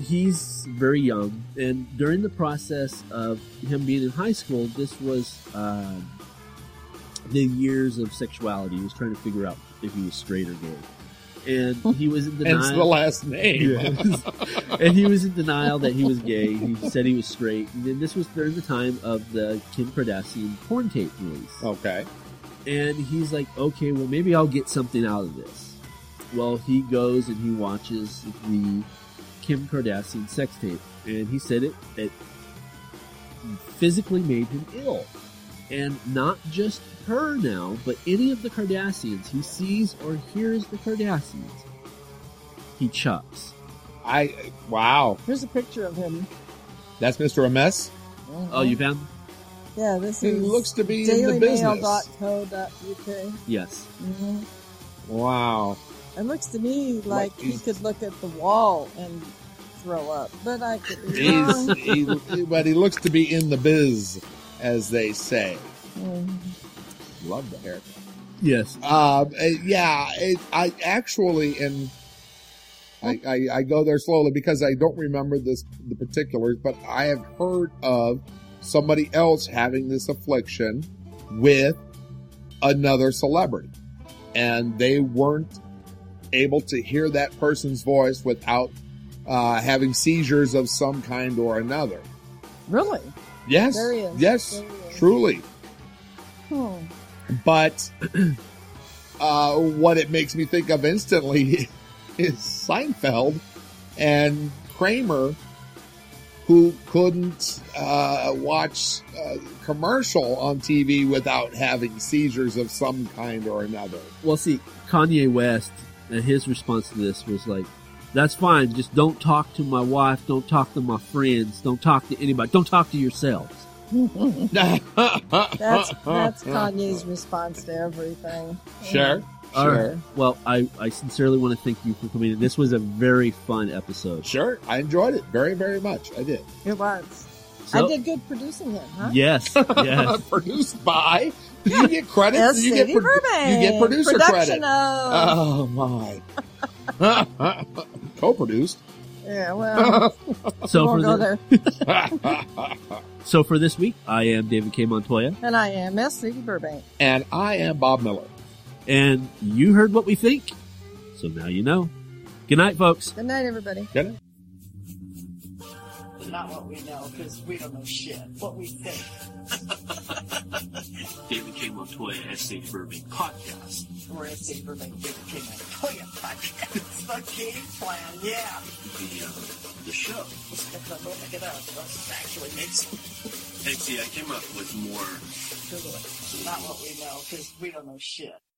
S4: he's very young, and during the process of him being in high school, this was um the years of sexuality. He was trying to figure out if he was straight or gay, and he was in
S6: Hence the
S4: denial.
S6: last name.
S4: Yes. and he was in denial that he was gay. He said he was straight, and then this was during the time of the Kim Kardashian porn tape release
S6: Okay.
S4: and he's like, okay, well, maybe I'll get something out of this. Well, he goes and he watches the Kim Kardashian sex tape, and he said it it physically made him ill, and not just her now, but any of the Kardashians he sees or hears the Kardashians, he chucks.
S6: I wow.
S5: Here's a picture of him.
S6: That's Mr. MS.
S4: Oh, you found
S5: Mm-hmm. Yeah, this
S6: He
S5: is
S6: looks to be in the business.
S5: dailymail.co.uk.
S4: yes,
S5: Mhm.
S6: Wow.
S5: It looks to me
S6: Like
S5: like he
S6: he's-
S5: could look at the wall and throw up, but I could be
S6: He's,
S5: wrong.
S6: he, but he looks to be in the biz, as they say.
S5: Mm.
S6: Love the haircut.
S4: yes.
S6: Um, uh, yeah, it, I actually, and I, I, I go there slowly because I don't remember this the particulars, but I have heard of somebody else having this affliction with another celebrity, and they weren't able to hear that person's voice without uh, having seizures of some kind or another.
S5: Really?
S6: Yes.
S5: There he is.
S6: Yes.
S5: There he is.
S6: Truly.
S5: Hmm.
S6: But uh, what it makes me think of instantly is Seinfeld and Kramer, who couldn't uh, watch uh, commercial on TV without having seizures of some kind or another.
S4: Well, see, Kanye West and his response to this was like, "That's fine. Just don't talk to my wife. Don't talk to my friends. Don't talk to anybody. Don't talk to yourselves."
S5: That's that's Kanye's response to everything.
S6: Sure.
S4: All right.
S6: Sure.
S4: Well, I, I sincerely want to thank you for coming. in. This was a very fun episode.
S6: Sure. I enjoyed it very, very much. I did.
S5: It was.
S4: So-
S5: I did good producing him, huh?
S4: Yes. Yes.
S6: produced by. Do you get credit? Do you, get
S5: SCD
S6: pro- you
S5: Burbank.
S6: get producer
S5: Production
S6: credit.
S5: Of,
S6: Oh my. Co-produced.
S5: yeah, well,
S4: so
S5: we
S4: for
S5: won't go
S4: the,
S5: there.
S4: so for this week, I am David K Montoya,
S5: And I am S. City Burbank.
S6: and I am Bob Miller.
S4: and you heard what we think. So now you know. Good night, folks.
S5: Good night, everybody.
S6: Get it?
S2: Not what we know, because we don't know shit. What we think.
S3: David K. Montoya, S.A. Burbank Podcast.
S2: We're at Saber Lake King Toya Podcast. It's the game plan, yeah.
S3: The, uh, the show.
S2: Let's look it up, look it up. Let's actually make some
S3: And see, I came up with more
S2: Google it. Not what we know, because we don't know shit.